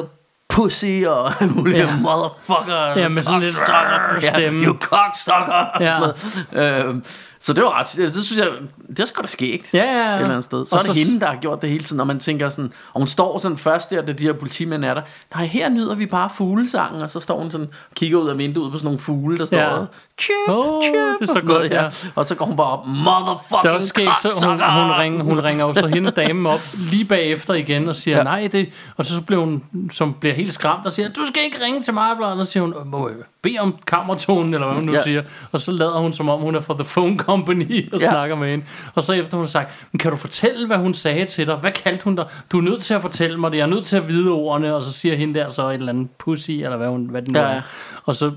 pussy og alt muligt, Ja. ja. motherfucker, Ja, med sådan lidt cocksucker." stemme. Ja, you cocksucker, og Ja. sådan noget. Øhm, Så det var ret, det synes jeg, det er sgu da skægt. Ja, ja, ja. Et eller andet sted. Så Og og er det så- så... hende, der har gjort det hele tiden, og man tænker sådan, og hun står sådan først der, da de her politimænd er der. Nej, her nyder vi bare fuglesangen, og så står hun sådan, og kigger ud af vinduet på sådan nogle fugle, der står Ja. ja. Chip, Åh, chip, det er og så sådan godt, noget, ja. Og så går hun bare op, motherfucking Det er også skægt, så hun, cocksucker! hun, ringer, hun ringer jo så hende damen op lige bagefter igen og siger, ja. Ja. nej det, og så bliver hun, som bliver helt skræmt og siger, du skal ikke ringe til mig, og så siger hun, må jeg bede om kammertonen, eller hvad hun nu ja. Ja. siger, og så lader hun som om, hun er fra The Phone Company og ja. Ja. snakker med hende, og så efter hun har sagt, men kan du fortælle, hvad hun sagde til dig, hvad kaldte hun dig, du er nødt til at fortælle mig det, jeg er nødt til at vide ordene, og så siger hende der så et eller andet pussy, eller hvad, hun, hvad den nu Ja, er, ja. og så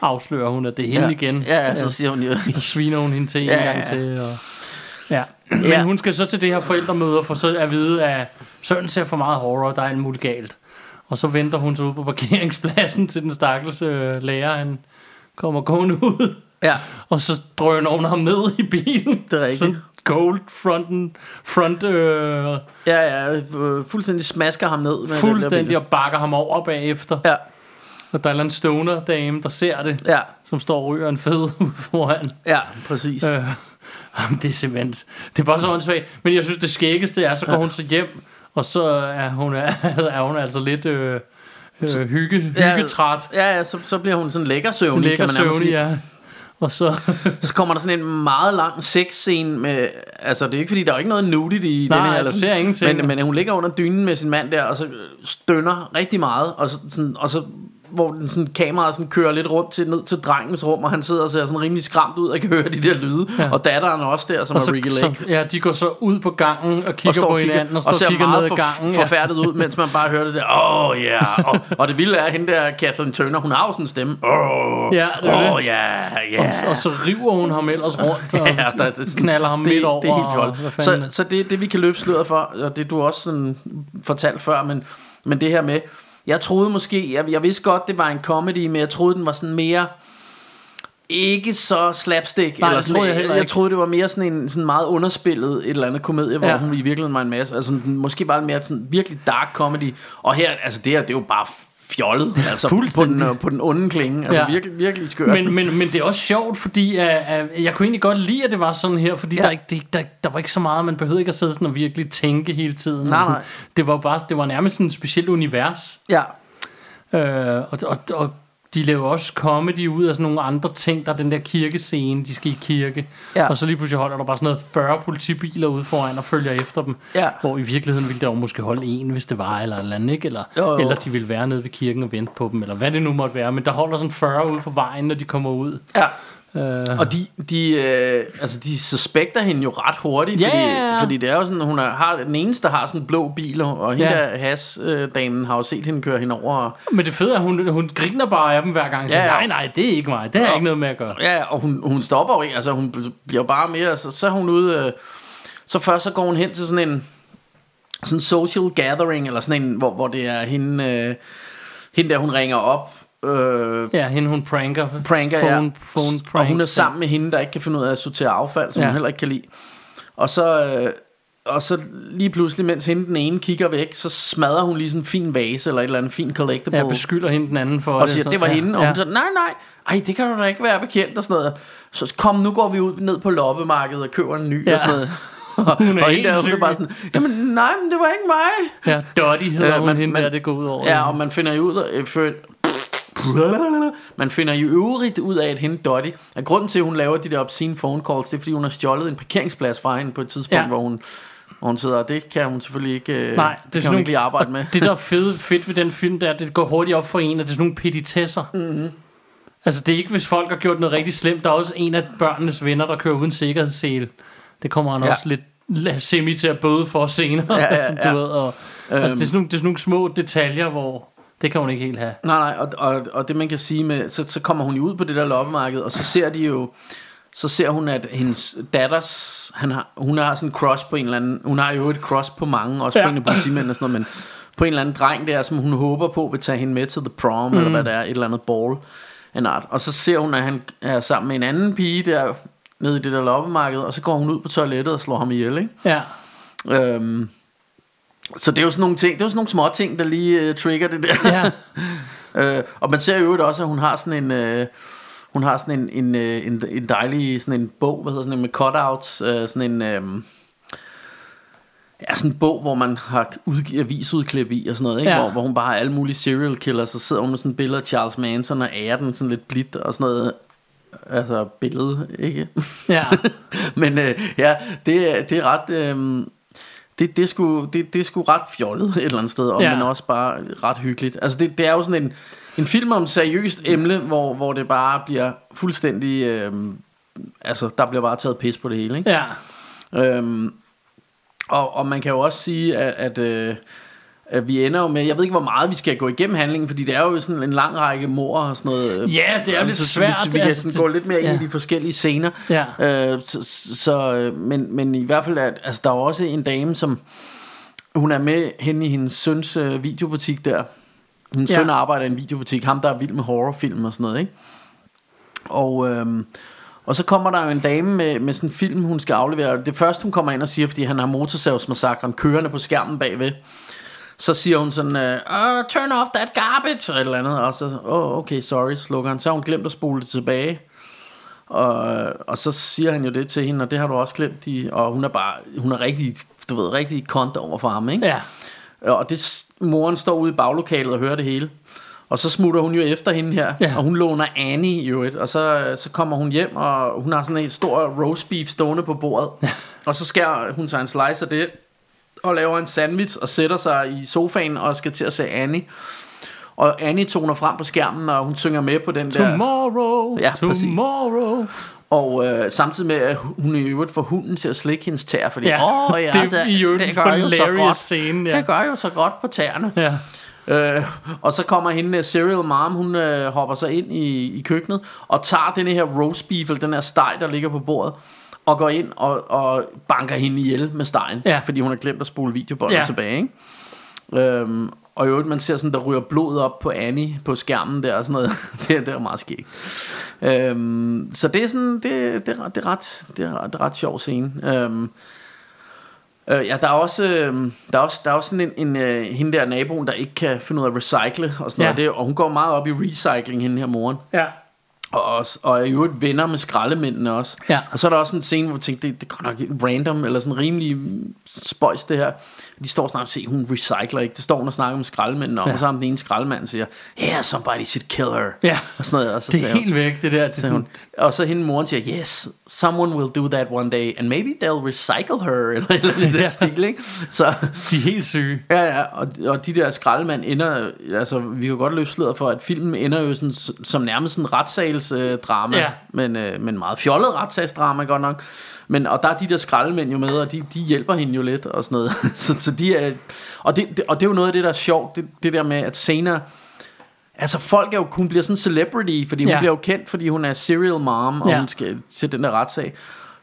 afslører hun, at det er hende Ja. igen. Altså, Ja, ja, så siger hun jo... Så sviner hun hende til en Ja, ja, ja, gang ja. til. Og... Ja. Men ja. Ja. hun skal så til det her forældremøde for så at vide, at sønnen ser for meget horror, der er alt muligt galt. Og så venter hun så ude på parkeringspladsen til den stakkels øh, lærer, han kommer gående ud. Ja, Og så drøner hun ham ned i bilen. Det er rigtigt. Sådan gold fronten, front øh, ja, ja, øh, fuldstændig smasker ham ned. Med den der fuldstændig bil. og bakker ham over bagefter. Ja, Og der er en eller anden stoner dame, der ser det, ja, som står og ryger en fed ud foran. ja, præcis. Øh, jamen, det er simpelthen... Det er bare så åndssvagt. Men jeg synes, det skæggeste er, så går hun så hjem, og så er hun, er hun altså lidt øh, øh, hygge, hyggetræt. Ja, ja så, så bliver hun sådan lækker Hun søvnig, ligger kan man nærmest søvnig, sige. ja. Og så... Så kommer der sådan en meget lang sexscene med... Altså, det er ikke fordi, der er ikke noget nudity i Nej, den her... du sådan. ser ingenting. Men, men hun ligger under dynen med sin mand der, og så stønner rigtig meget, og så, sådan, og så hvor den sådan, kameraet sådan kører lidt rundt til, ned til drengens rum, og han sidder og ser sådan rimelig skræmt ud og kan høre de der lyde. Ja. Og datteren er også der, som og og er så, Ricky så, Lake. ja, de går så ud på gangen og kigger står på hinanden og står og, ser kigger meget ned ad for- gangen. ja. forfærdet ud, mens man bare hører det der, åh oh, ja, yeah. og, og det vilde er, at hende der, Kathleen Turner, hun har jo sådan en stemme, åh, Ja, det er åh det. ja, Og, ja. og så river hun ham ellers rundt og Ja, der- ja, knaller ham midt over. Det er helt og fjollet. hvad Så, fanden- så det, det, vi kan løfte sløret for, og det du også sådan fortalte før, men, men det her med, jeg troede måske, jeg, jeg vidste godt, det var en comedy, men jeg troede, den var sådan mere ikke så slapstick. Nej, det sådan, troede jeg heller jeg ikke. troede, det var mere sådan en sådan meget underspillet et eller andet komedie, hvor Ja. ja. hun i virkeligheden var en masse. Altså, sådan, måske bare mere sådan virkelig dark comedy. Og her, altså det her, det er jo bare fjollet. Altså på den, øh, på den onde klinge. Altså Ja. ja. virkelig, virkelig skørt. men, men, men det er også sjovt, fordi uh, uh, jeg kunne egentlig godt lide, at det var sådan her, fordi ja. Ja. der, ikke, det, der, der var ikke så meget, man behøvede ikke at sidde sådan og virkelig tænke hele tiden. Nej, og sådan. nej. Det var bare, det var nærmest sådan et specielt univers, ja. uh, og, og, og de laver også comedy ud af sådan nogle andre ting, der er den der kirkescene, de skal i kirke, Ja. og så lige pludselig holder der bare sådan noget 40 politibiler ude foran og følger efter dem, Ja. hvor i virkeligheden ville der jo måske holde en, hvis det var, eller et eller andet, ikke? Eller, Jo, jo. eller de ville være nede ved kirken og vente på dem, eller hvad det nu måtte være, men der holder sådan 40 ude på vejen, når de kommer ud. ja. Øh, Og de, de, øh, altså de suspekter hende jo ret hurtigt, Ja, fordi, ja, ja. fordi det er jo sådan, hun er, har den eneste, der har sådan en blå bil, og hende Ja. ja. der has-damen har jo set hende køre hende over. og- Men det fede er, at hun, hun griner bare af dem hver gang. Ja, ja. Ja, Nej, ja. nej, det er ikke mig. Det har jeg Ja. ikke noget med at gøre. Ja, og hun, hun stopper jo ikke, altså hun bl- bliver bare mere, så, så er hun ude, øh, så først så går hun hen til sådan en sådan en social gathering, eller sådan en, hvor, hvor det er hende, øh, hende der, hun ringer op, øh, Ja, hende hun pranker. pranker, phone, ja. Phone prank. og hun er sammen med hende, der ikke kan finde ud af at sortere affald, som Ja. ja. hun heller ikke kan lide. Og så, øh, og så lige pludselig, mens hende den ene kigger væk, så smadrer hun lige sådan en fin vase, eller et eller andet fin collectible. Ja, beskylder hende den anden for og siger, det var ja, hende, og hun ja. ja. nej, nej, ej, det kan du da ikke være bekendt, og sådan noget. Så kom, nu går vi ud ned på loppemarkedet og køber en ny, Ja. og sådan noget. Hun er og helt hende der, hun er syg. bare sådan, jamen nej, men det var ikke mig. Ja, Dotty hedder Ja, hun man- hende man- der, det går ud over. Ja, og man finder jo ud af... øh, fø- Man finder jo øvrigt ud af, at hende Dottie, at grunden til, at hun laver de der obscene phone calls, det er, fordi hun har stjålet en parkeringsplads fra hende på et tidspunkt, Ja. ja. hvor hun hvor hun sidder, og det kan hun selvfølgelig ikke, øh, Nej, det er kan sådan hun nogle- ikke lige arbejde med. og Det, der er fede, fedt ved den film, der det går hurtigt op for en, at det er sådan nogle petitesser. Mm-hmm. Mhm. Altså, det er ikke, hvis folk har gjort noget rigtig slemt. Der er også en af børnenes venner, der kører uden sikkerhedssele. Det kommer han Ja. også lidt la- semi til at bøde for senere. Ja, ja, altså, du ja. Øhm. ved, og, altså, det, er sådan nogle, det er sådan nogle små detaljer, hvor det kan hun ikke helt have. Nej, nej, og, og, og det man kan sige med, så, så kommer hun jo ud på det der loppemarked, og så ser de jo, så ser hun, at hendes datters, han har, hun har sådan en cross på en eller anden, hun har jo et cross på mange, også Ja. ja. på en af politimænd og sådan noget, men på en eller anden dreng der, som hun håber på vil tage hende med til the prom, mm. eller hvad det er, et eller andet ball en art. Og så ser hun, at han er sammen med en anden pige der, nede i det der loppemarked, og så går hun ud på toilettet og slår ham ihjel, ikke? Ja. Øhm, så det er jo sådan nogle ting, det er jo sådan nogle små ting, der lige øh, trigger det der. Ja. Øh, og man ser jo også, at hun har sådan en... Øh, Hun har sådan en, en, øh, en, en dejlig sådan en bog, hvad hedder sådan en med cutouts, øh, sådan en... Øh, Ja, sådan en bog, hvor man har udg- avisudklip i og sådan noget, ikke? Ja. Hvor, hvor hun bare har alle mulige serial killers, så sidder hun med sådan et billede af Charles Manson og ærer den sådan lidt blidt og sådan noget. Altså billede, ikke? Ja. Men øh, ja, det, er- det er ret... Øh, det, det, er sgu, det, det er sgu ret fjollet et eller andet sted, og Ja. ja. men også bare ret hyggeligt. Altså det, det er jo sådan en, en film om seriøst emne, hvor, hvor det bare bliver fuldstændig... Øh, altså, der bliver bare taget pis på det hele, ikke? Ja. Øhm, og, og man kan jo også sige, at, at, øh, at vi ender jo med, jeg ved ikke, hvor meget vi skal gå igennem handlingen, fordi det er jo sådan en lang række mor og sådan noget. øh, Ja, det er jo lidt så- så svært, Vi, vi kan altså, sådan det- gå lidt mere ind ja. i de forskellige scener. Ja. Øh, så, så, øh, men, men i hvert fald, at, altså, der er jo også en dame, som hun er med henne i hendes søns øh, videobutik der. Hendes Ja. ja. søn arbejder i en videobutik, ham der er vild med horrorfilm og sådan noget, ikke? Og, øhm, og så kommer der jo en dame med, med sådan en film, hun skal aflevere. Det første, hun kommer ind og siger, fordi han har motorsavsmassakren kørende på skærmen bagved, så siger hun sådan, øh, "Uh, turn off that garbage, og et eller andet. Og så, oh, okay, sorry, slukker han. Så har hun glemt at spole det tilbage. Og, øh, og så siger han jo det til hende, og det har du også glemt. I, og hun er bare, hun er rigtig, du ved, rigtig kont over for ham, ikke? Ja. Øh, Og det, moren står ude i baglokalet og hører det hele. Og så smutter hun jo efter hende her, Ja. ja. og hun låner Annie jo et, og så, øh, så kommer hun hjem, og hun har sådan en stor roast beef stående på bordet. og så skærer hun sig en slice af det, og laver en sandwich, og sætter sig i sofaen, og skal til at se Annie. Og Annie toner frem på skærmen, og hun synger med på den der... Tomorrow. Ja, præcis. tomorrow. Og øh, samtidig med, at hun i øvrigt får hunden til at slikke hendes tær, fordi Ja, åh, ja, det er i øvrigt en det gør jo så hilarious godt. scene, ja. Det gør jo så godt på tæerne. Ja. Øh, og så kommer hende øh, Serial Mom, hun øh, hopper sig ind i, i køkkenet og tager den her roast beef, eller den her steg, der ligger på bordet, og går ind og, og banker hende ihjel med stegen, Ja. fordi hun har glemt at spole videobåndet Ja. ja. tilbage. Ikke? Øhm, og i øvrigt, man ser sådan, der ryger blod op på Annie på skærmen der og sådan noget. det, er- det er meget skægt. Øhm, så det er sådan, det, det, er, ret- det, er ret, det, er, ret- det er ret sjov scene. Øhm, Øh, ja, der er også, øh, der er også, der er også sådan en, en øh, hende der naboen, der ikke kan finde ud af at recycle og Ja. sådan ja. noget. Det, og hun går meget op i recycling, hende her moren. Ja. Og, også, og er jo et venner med skraldemændene også. Ja. Og så er der også en scene, hvor jeg tænkte, det, det går nok random, eller sådan rimelig mm, spøjs det her. De står og snakker, se, hun recycler ikke. Det står hun og snakker med skraldemændene om, Ja. ja. og så har den ene skraldemand siger, yeah, somebody should kill her. Ja. Og sådan noget, og så Det siger er hun- helt væk, det der. Det er sagde hun. sådan, Og så hende moren siger, yes, someone will do that one day, and maybe they'll recycle her, eller eller andet i den stil, ikke? Så, de er helt syge. ja, ja, og, og de der skraldemænd ender, altså, vi kan godt løfte sløret for, at filmen ender jo sådan, s- som nærmest en retssalsdrama, øh, drama, Ja. men, øh, men meget fjollet retssagsdrama, godt nok. Men, og der er de der skraldemænd jo med, og de, de hjælper hende jo lidt, og sådan noget. så, så de er, og, det, det, og det er jo noget af det, der er sjovt, det, det der med, at senere, Altså folk er jo, hun bliver sådan en celebrity, fordi hun Ja. ja. bliver jo kendt, fordi hun er serial mom, og Ja. ja. hun skal til den der retssag.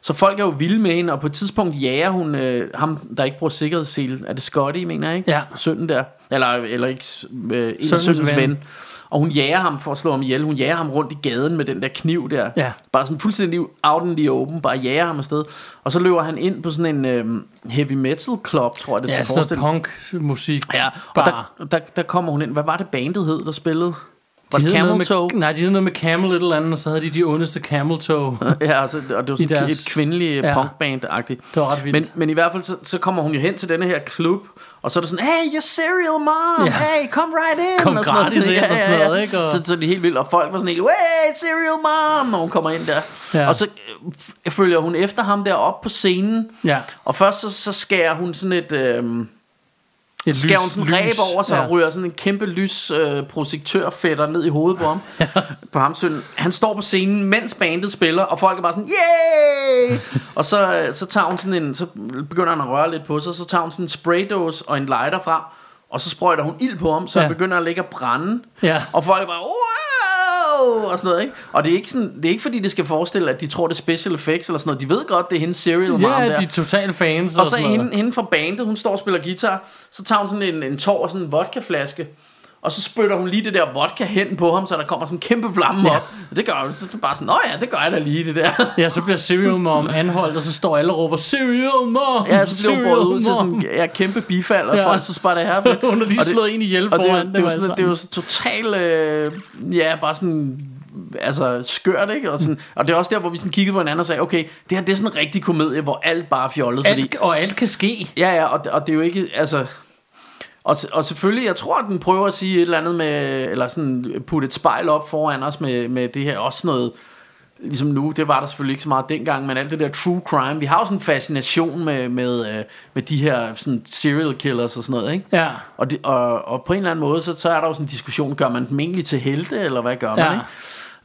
Så folk er jo vilde med hende, og på et tidspunkt jager hun øh, ham, der ikke bruger sikkerhedssele. Er det Scotty, mener jeg, ikke? Ja. Sønnen der. Eller, eller ikke, øh, en Sønnens sønnens, sønnens ven. ven. Og hun jager ham for at slå ham ihjel. Hun jager ham rundt i gaden med den der kniv der. Ja. Bare sådan fuldstændig out in the open, bare jager ham afsted. Og så løber han ind på sådan en øh, heavy metal club, tror jeg, det skal Ja, sådan forestille. noget punk-musik. Ja, Bar. og der, der, der kommer hun ind. Hvad var det bandet hed, der spillede? Var de det hed Camel noget med, Toe? Nej, de hed noget med Camel et eller andet, og så havde de de ondeste Camel Toe. Ja, altså, og det var sådan deres- deres... et kvindeligt Ja. ja. punkband-agtigt. Det var ret vildt. Men, men i hvert fald, så, så kommer hun jo hen til denne her klub, og så er det sådan, hey, you're serial Ja. mom, ja. hey, come right in. Kom og sådan noget. gratis ind og sådan noget, ikke? Og- Så, så er det helt vildt, og folk var sådan helt, hey, serial mom, når hun kommer ind der. Ja. Ja. Og så øh, f- følger hun efter ham der op på scenen, Ja. og først så, så skærer hun sådan et... Øh, Et skærer hun sådan en ræb over sig ja. ja. og ryger sådan en kæmpe lys øh, projektørfætter ned i hovedet på ham. på ham søn. Han står på scenen, mens bandet spiller, og folk er bare sådan, yay! og så, øh, så tager hun sådan en, så begynder han at røre lidt på sig, så tager hun sådan en spraydose og en lighter frem, og så sprøjter hun ild på ham, så Ja. ja. han begynder at ligge og brænde. Ja. Og folk er bare, wow! Og sådan noget, ikke? Og det er ikke, sådan, det er ikke fordi, det skal forestille, at de tror, det er special effects eller sådan noget. De ved godt, det er hendes serial mom der. Ja, de er totale fans. Og så sådan noget. hende, hende fra bandet, hun står og spiller guitar, så tager hun sådan en, en tår og sådan en vodkaflaske, og så spytter hun lige det der vodka hen på ham, så der kommer sådan en kæmpe flamme Ja. ja. op. Og det gør hun, så er det bare sådan, nå ja, det gør jeg da lige det der. Ja, så bliver Serial Mom anholdt, og så står alle og råber, Serial Mom! Ja, så blev hun båret ud til Serial sådan Mom!" ja, kæmpe bifald, og Ja. ja. folk synes bare, det er herfedt. Hun har lige Og det- slået en ihjel og det, altså- er jo- foran, det Det, er jo var sådan- altså- det er jo så totalt, øh, ja, bare sådan altså, skørt, ikke? Og, sådan, og det er også der, hvor vi sådan kiggede på hinanden og sagde, okay, det her det er sådan en rigtig komedie, hvor alt bare er fjollet. Alt- og alt kan ske. Ja, ja, og, og det er jo ikke, altså... Og, s- og selvfølgelig, jeg tror, at den prøver at sige et eller andet med, eller sådan putte et spejl op foran os med, med det her, også noget, ligesom nu, det var der selvfølgelig ikke så meget dengang, men alt det der true crime, vi har jo sådan en fascination med, med, øh, med de her sådan serial killers og sådan noget, ikke? Ja. Og, det, og, og på en eller anden måde, så, så er der jo sådan en diskussion, gør man dem egentlig til helte, eller hvad gør Ja. man,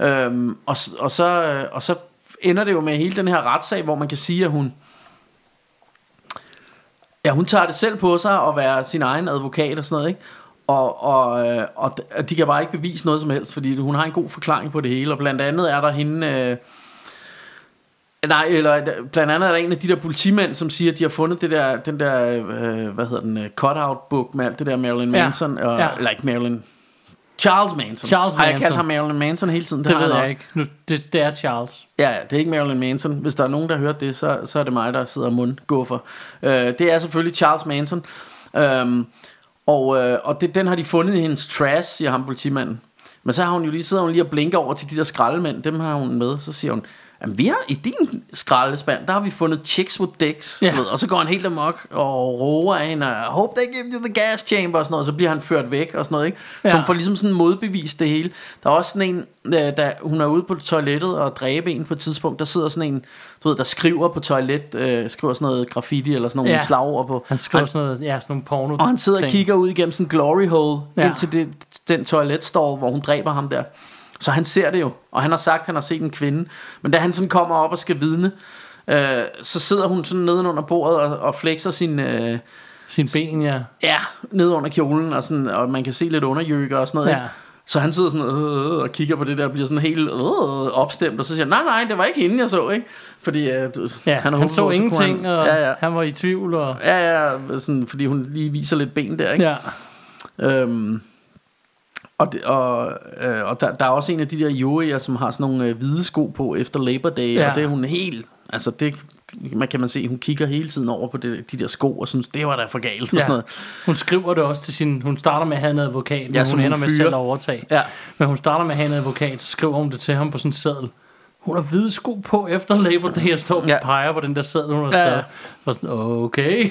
ikke? Øhm, og, s- og, så, øh, og så ender det jo med hele den her retssag, hvor man kan sige, at hun, Ja, hun tager det selv på sig at være sin egen advokat og sådan noget, ikke? Og, og, øh, og d- og de kan bare ikke bevise noget som helst, fordi hun har en god forklaring på det hele, og blandt andet er der hende... Øh, nej, eller d- blandt andet er der en af de der politimænd, som siger, at de har fundet det der, den der, øh, hvad hedder den, øh, cutout-book med alt det der Marilyn Ja, Manson, og, ja. eller ikke Marilyn, Charles Manson. Charles Har jeg Manson. kaldt ham Marilyn Manson hele tiden? Det har ved nok. jeg ikke. Nu, det, det er Charles. Ja, ja, det er ikke Marilyn Manson. Hvis der er nogen, der hørte det, så, så er det mig, der sidder og mundguffer. Øh, det er selvfølgelig Charles Manson. Øhm, og øh, og det, den har de fundet i hendes trash, siger ham politimanden. Men så har hun jo lige, sidder hun lige og blinker over til de der skraldemænd. Dem har hun med. Så siger hun, Jamen, vi har i din skraldespand, der har vi fundet chicks with dicks. du Ja. Ved, og så går han helt amok og roer af hende, og hope they give you the gas chamber og sådan noget, og så bliver han ført væk og sådan noget, ikke? Ja. Ja. Som får ligesom sådan modbevist det hele. Der er også sådan en, øh, der, hun er ude på toilettet og dræber en på et tidspunkt, der sidder sådan en, du ved, der skriver på toilet, øh, skriver sådan noget graffiti eller sådan nogle ja. Ja. slagord på. Han skriver sådan noget, ja, sådan nogle porno Og han sidder og kigger ud igennem sådan en glory hole ja. Ja. ind til det, den toiletstol, hvor hun dræber ham der. Så han ser det jo, og han har sagt, at han har set en kvinde. Men da han sådan kommer op og skal vidne, øh, så sidder hun sådan nedenunder bordet og, og flexer sin... Øh, Sin ben, ja. ja, ned under kjolen, og, sådan, og man kan se lidt underjøkker og sådan noget. Ja. Ja. Så han sidder sådan øh, og kigger på det der, og bliver sådan helt øh, opstemt, og så siger han, nej, nej, det var ikke hende, jeg så, ikke? Fordi øh, du- Ja, han, håbede han så på, kunne ingenting, han, og ja, ja, han var i tvivl. Og, ja, ja, sådan, fordi hun lige viser lidt ben der, ikke? ja. Øhm, og det, og, øh, og der, der er også en af de der jurier, som har sådan nogle øh, hvide sko på efter Labor Day, ja. Ja. og det er hun helt... Altså det man kan man se, hun kigger hele tiden over på det, de der sko, og synes, det var da for galt, og sådan Ja. noget. Hun skriver det også til sin... Hun starter med at have en advokat, men Ja, ja, som hun hun ender med fyrer. selv at overtage. Ja. Men hun starter med at have en advokat, så skriver hun det til ham på sådan en seddel. Hun har hvide sko på efter Labor Day, og står og Ja. peger på den der seddel, hun har Ja, ja. skrevet. Ja. Og sådan, okay.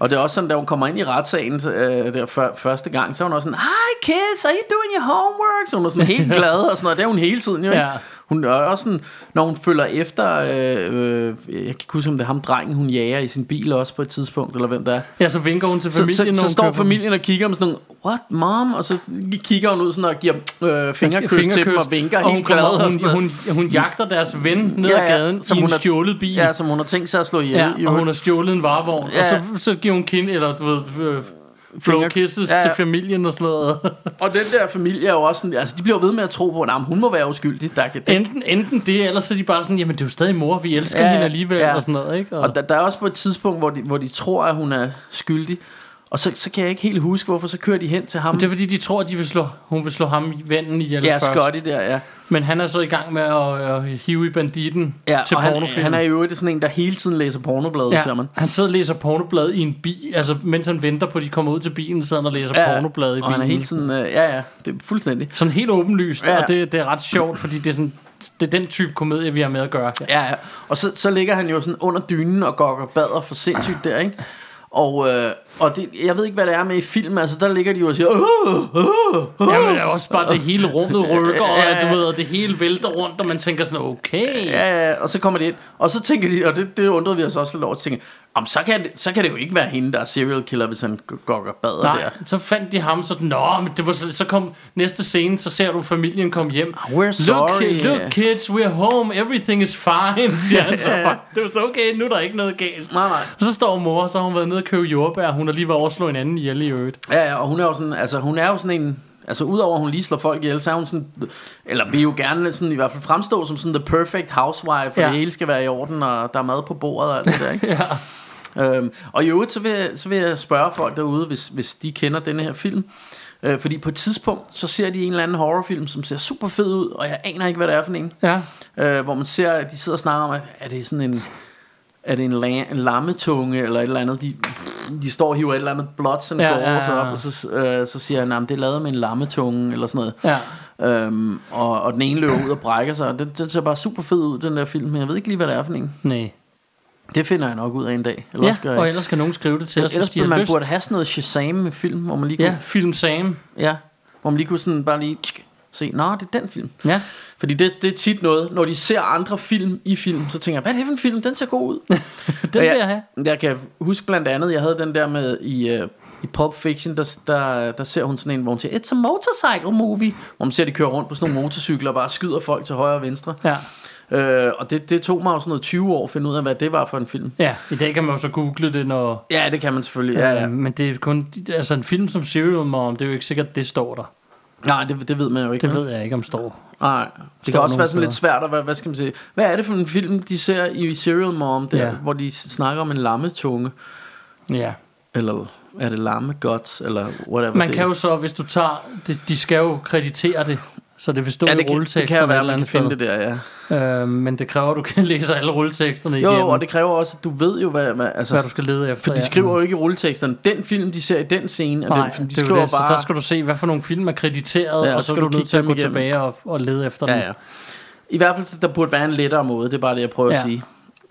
Og det er også sådan, da hun kommer ind i retssagen så, øh, der før, første gang, så er hun også sådan, Hi kids, are you doing your homework? Så hun er sådan helt glad og sådan noget. Det er hun hele tiden jo. ikke? Ja. Hun er også sådan, når hun følger efter, øh, øh, jeg kan ikke huske, om det er ham drengen, hun jager i sin bil også på et tidspunkt, eller hvem der er. ja, så vinker hun til Så, familien, så, når så hun står kører forbi. familien og kigger om sådan nogle, what mom? Og så kigger hun ud sådan og giver øh, fingerkys, til dem og vinker og hun helt glad. kommer- og sådan hun, noget. Mm. hun, hun, hun jagter deres ven ned ad gaden som i en har- stjålet bil. Ja, som hun har tænkt sig at slå ihjel. Ja, i og øvrigt. hun har stjålet en varevogn, ja. Ja. og så, så giver hun kind, eller du ved, øh, flow kisses Ja, ja, ja. ja. til familien og sådan noget. Og den der familie er jo også sådan, altså de bliver jo ved med at tro på, at nah, men hun må være uskyldig. Der kan, det, enten, enten det, eller så er de bare sådan, jamen det er jo stadig mor, vi elsker Ja, ja, hende alligevel, ja. ja. og sådan noget, ikke? Og der, der er også på et tidspunkt, hvor de, hvor de tror, at hun er skyldig. Og så, så kan jeg ikke helt huske, hvorfor så kører de hen til ham. det er fordi, de tror, at de vil slå, hun vil slå ham vennen ihjel ja, først. Scotty der, ja. Men han er så i gang med at øh, hive i banditten ja til og han, pornofilm. han er jo sådan en, der hele tiden læser pornobladet, ja. ser man. han sidder og læser pornoblad i en bi, altså mens han venter på, at de kommer ud til bilen, sidder han og læser Ja, ja, pornoblad i og bilen. han er hele tiden, øh, ja, ja, det er fuldstændig. Sådan helt åbenlyst, Ja. ja. og det, det er ret sjovt, fordi det er, sådan, det er den type komedie, vi har med at gøre. Ja, ja. Og så, så ligger han jo sådan under dynen og gokker bader for sindssygt der, ikke? Og, øh, og det, jeg ved ikke, hvad det er med i film, altså der ligger de jo og siger, "Åh, åh, åh." Ja, men det er også bare det hele rummet rykker, og Ja, ja. du ved, og det hele vælter rundt, og man tænker sådan, okay. Ja, ja, og så kommer de ind, og så tænker de, og det, det undrede vi os også lidt over, at tænke, om så kan, det, så kan det jo ikke være hende, der er serial killer, hvis han g- gokker bader der. Nej, så fandt de ham sådan, nå, men det var, så så kom næste scene, så ser du familien komme hjem. Ah, we're sorry." Look, look kids, we're home, everything is fine, siger han så Ja, ja. bare. Det var så okay, nu er der ikke noget galt. Nej, nej. Og så står mor, og så har hun været nede og købe jordbær, hun har lige været over at slå en anden ihjel i øvrigt. Ja, ja, og hun er jo sådan, altså hun er jo sådan en, altså udover at hun lige slår folk ihjel, så er hun sådan, eller vil jo gerne sådan, i hvert fald fremstå som sådan the perfect housewife, for ja. Ja. det hele skal være i orden, og der er mad på bordet og alt det der, ikke? ja. øhm, og i øvrigt, så vil, jeg, så vil jeg spørge folk derude, hvis, hvis de kender denne her film, øh, fordi på et tidspunkt, så ser de en eller anden horrorfilm, som ser super fed ud, og jeg aner ikke, hvad det er for en. Ja. Øh, hvor man ser, at de sidder og snakker om, at er det sådan en, er det en, la- en lammetunge eller et eller andet. De, de står og hiver et eller andet blot, sådan ja, Ja, går ja, ja, ja. op, og så, øh, så siger han, at det er lavet med en lammetunge eller sådan noget. Ja. Øhm, og, og den ene løber ud og brækker sig, og det, det ser bare super fed ud, den der film, men jeg ved ikke lige, hvad det er for en. Nej. Det finder jeg nok ud af en dag. Ja, og ellers kan nogen skrive det til os, hvis Ellers de har man lyst. burde have sådan noget Shazam med film, hvor man lige kunne... Ja, film Sam. Ja, hvor man lige kunne sådan bare lige tsk, se, nå, det er den film. Ja. Fordi det, det er tit noget, når de ser andre film i film, så tænker jeg, hvad er det for en film? Den ser god ud. den vil jeg have. Jeg kan huske blandt andet, jeg havde den der med i, øh, i Pulp Fiction, der, der, der ser hun sådan en, hvor hun siger, it's a motorcycle movie, hvor man ser, de kører rundt på sådan nogle motorcykler og bare skyder folk til højre og venstre. Ja. Øh, og det, det tog mig jo sådan noget 20 år at finde ud af, hvad det var for en film. Ja, i dag kan man jo så google det, når... Ja, det kan man selvfølgelig. Ja, ja. Øh, men det er kun... Altså, en film som Serial Mom, det er jo ikke sikkert, det står der. Nej, det, det ved man jo ikke. Det vel? ved jeg ikke, om står. Nej, det kan Står også nogen være sådan steder. lidt svært at, hvad, hvad skal man sige, hvad er det for en film, de ser i Serial Mom, der, Ja. hvor de snakker om en lammetunge, Ja. eller er det lamme guts, eller whatever Man det kan er. jo så, hvis du tager... De, de skal jo kreditere det, så det vil stå ja, i det, kan, rulleteksterne det kan jo være, et eller man kan andet finde sted. det der, ja. Øh, men det kræver, at du kan læse alle rulleteksterne Jo, igennem. og det kræver også, at du ved jo, hvad, hvad, altså, hvad du skal lede efter. for de ja. skriver jo ikke i rulleteksterne, den film, de ser i den scene, og Nej, den film, de det er jo skriver det. Så bare... der skal du se, hvad for nogle film er krediteret, Ja, ja, og så er du nødt kigge til at dem gå igennem. tilbage og, og lede efter ja, dem. ja. I hvert fald, så der burde være en lettere måde, det er bare det, jeg prøver ja. Ja. at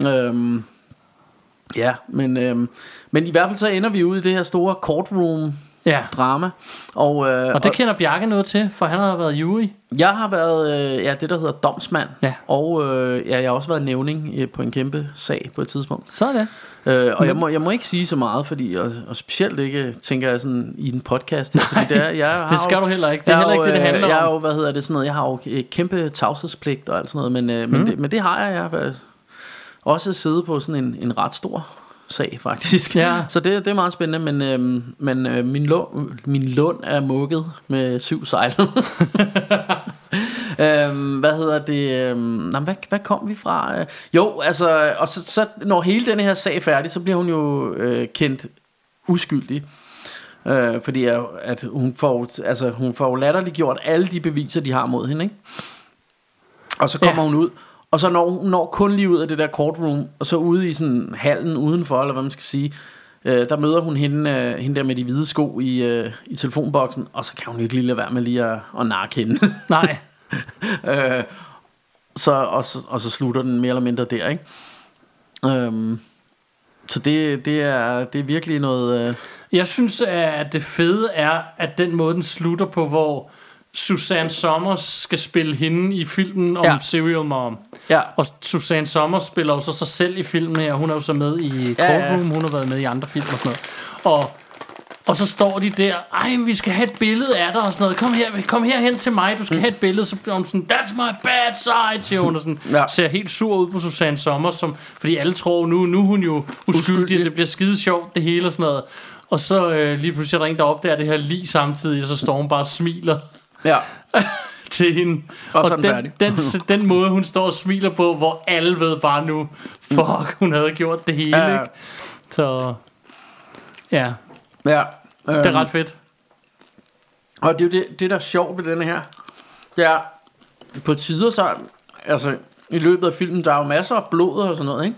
sige. Øhm, ja, men, øhm, men i hvert fald så ender vi ude i det her store courtroom-drama, ja. og, øh, Og det kender Bjarke noget til, for han har været jury. Jeg har været øh, ja, det, der hedder domsmand, Ja. og øh, ja, jeg har også været nævning øh, på en kæmpe sag på et tidspunkt. Så er det. Øh, og jeg må, jeg må ikke sige så meget, fordi, og, og specielt ikke, tænker jeg sådan i en podcast. Her, fordi det, er, jeg har det skal jo, du heller ikke. Det er jeg heller jo, ikke det, det øh, handler jeg om. er Jo, hvad hedder det, sådan noget, jeg har jo øh, kæmpe tavshedspligt og alt sådan noget, men, øh, Mm. men, det, men det har jeg. Jeg har været- også siddet på sådan en, en ret stor sag faktisk. Ja. Så det, det er meget spændende, men, øh, men øh, min, lund, min lund er mukket med syv sejl. Øhm, hvad hedder det? Øhm, nej, hvad, hvad kom vi fra? Øh, Jo, altså, og så, så når hele den her sag er færdig, så bliver hun jo øh, kendt uskyldig. Øh, fordi at, at hun får, altså, hun får jo latterliggjort alle de beviser, de har mod hende, ikke? Og så kommer Ja. ja. hun ud, og så når hun når kun lige ud af det der courtroom, og så ude i sådan hallen udenfor, eller hvad man skal sige, øh, der møder hun hende, øh, hende der med de hvide sko i, øh, i telefonboksen, og så kan hun jo ikke lige lade være med lige at, at nakke hende. Nej, Øh, så, og, så, og så slutter den mere eller mindre der, ikke? Øhm, så det, det, er, det er virkelig noget... Øh, jeg synes, at det fede er, at den måde, den slutter på, hvor Susanne Sommer skal spille hende i filmen om Ja. ja. Serial Mom. ja, Og Susanne Sommer spiller jo så sig selv i filmen her. Hun er jo så med i Ja, ja. Courtroom, hun har været med i andre film og sådan noget. Og, og så står de der, ej, vi skal have et billede af dig og sådan noget. Kom her, kom her hen til mig, Mm. du skal have et billede. Så bliver hun sådan, that's my bad side, siger hun. Og sådan, Ja. ja. ser helt sur ud på Susanne Sommer, som, fordi alle tror nu, nu er hun jo uskyldig, og det bliver skide sjovt det hele og sådan noget. Og så øh, lige pludselig er der en, der opdager det her lige samtidig, og så står hun bare og smiler ja, til hende. Og så er den den, færdig. den, den måde, hun står og smiler på, hvor alle ved bare nu, fuck, hun havde gjort det hele. Mm. Ja. Ja. Ikke? Så ja, ja. Øh, det er ret fedt. Og det er jo det, det, der er sjovt ved denne her. Det er, på tider så... Altså, i løbet af filmen, der er jo masser af blod og sådan noget, ikke?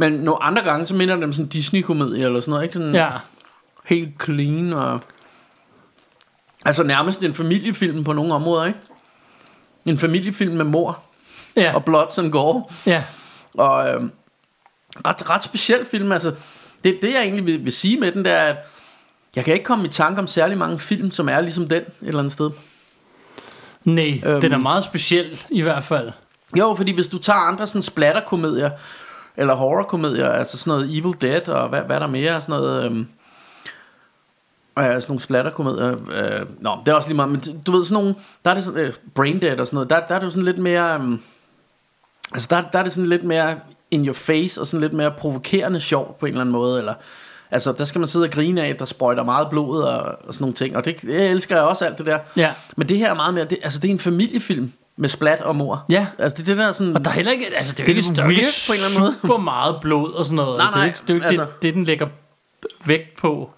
Men nogle andre gange, så minder det om sådan en Disney-komedie eller sådan noget, ikke? Sådan, Ja, helt clean og altså nærmest en familiefilm på nogle områder, ikke? En familiefilm med mor ja, og blots and gore ja. og øh, ret ret speciel film, altså det det jeg egentlig vil, vil sige med den der er, at jeg kan ikke komme i tanke om særlig mange film, som er ligesom den et eller andet sted. Nej, Øhm. øhm. den er meget speciel i hvert fald. Jo, fordi hvis du tager andre sådan splatterkomedier, eller horrorkomedier, altså sådan noget Evil Dead, og hvad, hvad er der mere, sådan noget... Øhm, øh, sådan nogle splatterkomedier. Øh, nå, det er også lige meget, men du ved sådan nogle, der er det sådan, øh, Brain Dead og sådan noget, der, der er det jo sådan lidt mere, øhm, altså der, der er det sådan lidt mere in your face, og sådan lidt mere provokerende sjov på en eller anden måde, eller altså der skal man sidde og grine af, at der sprøjter meget blod og, og sådan nogle ting, og det, det elsker jeg også alt det der. Ja. Men det her er meget mere, det, altså det er en familiefilm med splat og mor. Ja. Altså det er det der sådan... Og der er heller ikke, altså det er, Det er det ikke, lidt der er ikke weird på en eller anden måde. super meget blod og sådan noget. Nej, det er nej, jo ikke, det, er jo ikke altså. altså. det, det, den lægger vægt på.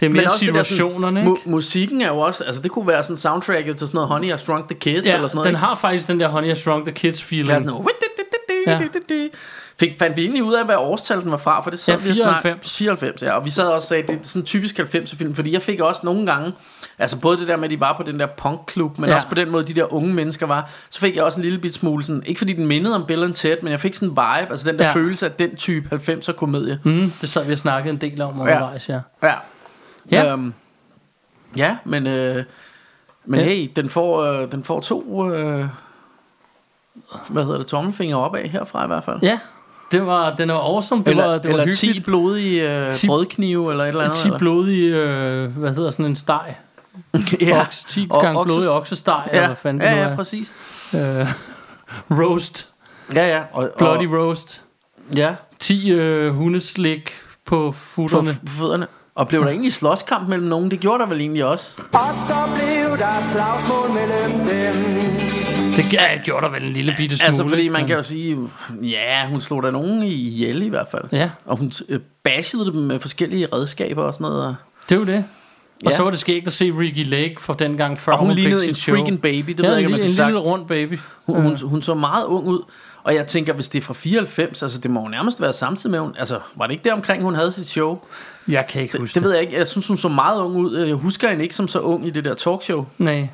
Det er mere det der sådan- situationerne, mu- ikke? musikken er jo også, altså det kunne være sådan soundtracket til sådan noget Honey, I Shrunk the Kids Ja, eller sådan noget. den ikke? har faktisk den der Honey, I Shrunk the Kids feeling. Ja, sådan noget. Ja. Fik, fandt vi egentlig ud af, hvad årstal den var fra, for det sad Ja, vi og snak- 94. 94, ja. Og vi sad også og sagde, det er sådan en typisk 90'er film, fordi jeg fik også nogle gange, altså både det der med, at de var på den der punkklub, men Ja. ja. også på den måde, de der unge mennesker var, så fik jeg også en lille bit smule sådan, ikke fordi den mindede om Bill and Ted, men jeg fik sådan en vibe, altså den der Ja. ja. følelse af den type 90'er komedie. Mm, det sad vi og snakkede en del om undervejs, ja. Ja. Ja. Øhm, ja, men, øh, men Ja. hey, den får, øh, den får to, øh, hvad hedder det, tommelfinger opad herfra i hvert fald. Ja, det var, den var awesome. Det eller var, det eller var 10 hyggeligt. blodige øh, 10 brødknive eller et eller andet. 10 eller? blodige, øh, hvad hedder sådan en steg? Ja. Oks, 10 Og- gange okses- blodig oksesteg, Ja, eller hvad fanden det nu ja, er. ja, præcis. Øh, roast. Ja, ja. Og, Bloody roast. Ja, 10 øh, hundeslik på på futterne. f- fødderne. Og blev der egentlig slåskamp mellem nogen? Det gjorde der vel egentlig også. Og så blev der slagsmål mellem dem. Det ja, gjorde der vel en lille bitte smule. Altså, fordi ikke? man Men- kan jo sige, ja, hun slog der nogen ihjel i hvert fald. Ja, Og hun øh, bashede dem med forskellige redskaber og sådan noget. Og, det er jo det. Og Ja. så var det skægt at se Ricky Lake fra den gang før og hun, hun fik lignede sit en show. freaking baby, det ja, ja, ved en, jeg ikke, om jeg lille, fik en sagt. lille rund baby. Hun, hun, hun så meget ung ud, og jeg tænker, hvis det er fra 94, altså det må jo nærmest være samtidig med, hun, altså var det ikke der omkring, hun havde sit show? Jeg kan ikke Det, huske det ved jeg ikke, jeg synes, hun så meget ung ud. Jeg husker hende ikke som så ung i det der talkshow. Nej, Men det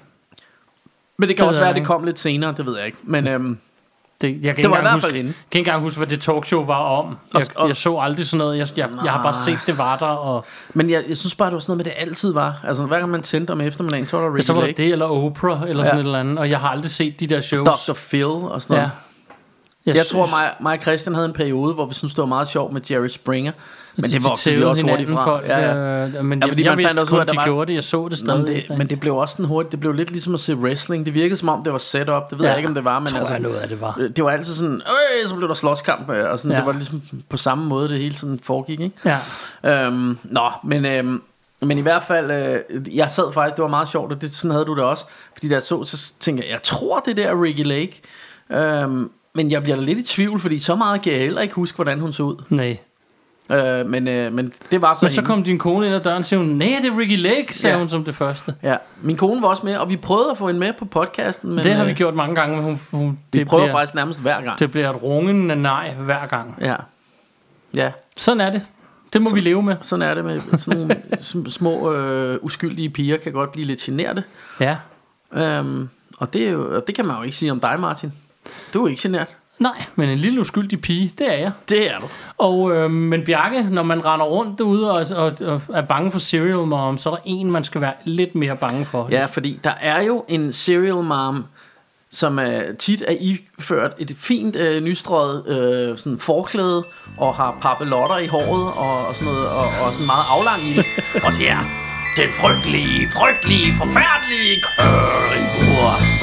kan Det det også ved jeg være, at det ikke. kom lidt senere, det ved jeg ikke. Men øhm, det, jeg kan ikke det var i engang hvert huske, fald hende. Jeg kan ikke engang huske, hvad det talkshow var om. Jeg, og- jeg så aldrig sådan noget. Jeg, jeg, jeg har bare Nej. set, det var der. Og, Men jeg, jeg synes bare, det var sådan noget med, det altid var. Altså hver gang man tændte om eftermiddagen, så var der ja, Ricky så var det Lake, det, eller Oprah, eller sådan Ja. et eller andet. Og jeg har aldrig set de der shows. Dr. Phil og sådan Ja. noget. Jeg, jeg synes- tror, mig, mig og Christian havde en periode, hvor vi syndes, det var meget sjovt med Jerry Springer. Men Altså, de det voksede vi tævede også hurtigt hinanden fra. Folk, ja, ja. Øh, men Ja, jeg, fordi jeg, man vidste fandt også kun, ud af, at de der var- gjorde det. Jeg så det Nå, stadig. men, det, men det blev også sådan hurtigt, det blev lidt ligesom at se wrestling. Det virkede som om, det var setup. Det ved Ja, ja, jeg ikke, om det var, men tror altså, jeg noget af det var. øh, det var altid sådan, øh, så blev der slåskamp, øh, og sådan, Ja. ja. det var ligesom på samme måde, det hele sådan foregik, ikke? Ja. Øhm, nå, men, øhm, men i hvert fald, øh, jeg sad faktisk, det var meget sjovt, og det, sådan havde du det også. Fordi da jeg så, så tænkte jeg, jeg tror det der er Ricky Lake. Øhm, men jeg bliver da lidt i tvivl, fordi så meget kan jeg heller ikke huske, hvordan hun så ud. Nej. Øh, men, øh, men det var så Men så hende. kom din kone ind ad døren og sagde, hun, nej, det er Ricky Lake, sagde Ja. hun som det første. Ja, min kone var også med, og vi prøvede at få hende med på podcasten. Men, det har øh, vi gjort mange gange, men hun, hun, Vi det, prøver bliver, faktisk nærmest hver gang. det bliver et rungende nej hver gang. Ja. Ja, Sådan er det. Det må så, vi leve med. sådan er det med sådan nogle sm- små øh, uskyldige piger, kan godt blive lidt generte. Ja. Øhm, og, det er jo, og det kan man jo ikke sige om dig, Martin. Du er jo ikke genert. Nej, men en lille uskyldig pige, det er jeg. Det er du. Og, øh, men Bjarke, når man render rundt derude og, og, og er bange for serial mom, så er der en, man skal være lidt mere bange for. Ja, fordi der er jo en serial mom, som øh, tit er iført et fint øh, nystrøget øh, sådan forklæde, og har papillotter i håret, og, og sådan noget, og, og sådan meget aflang i det. og det er den frygtelige, frygtelige, forfærdelige currywurst.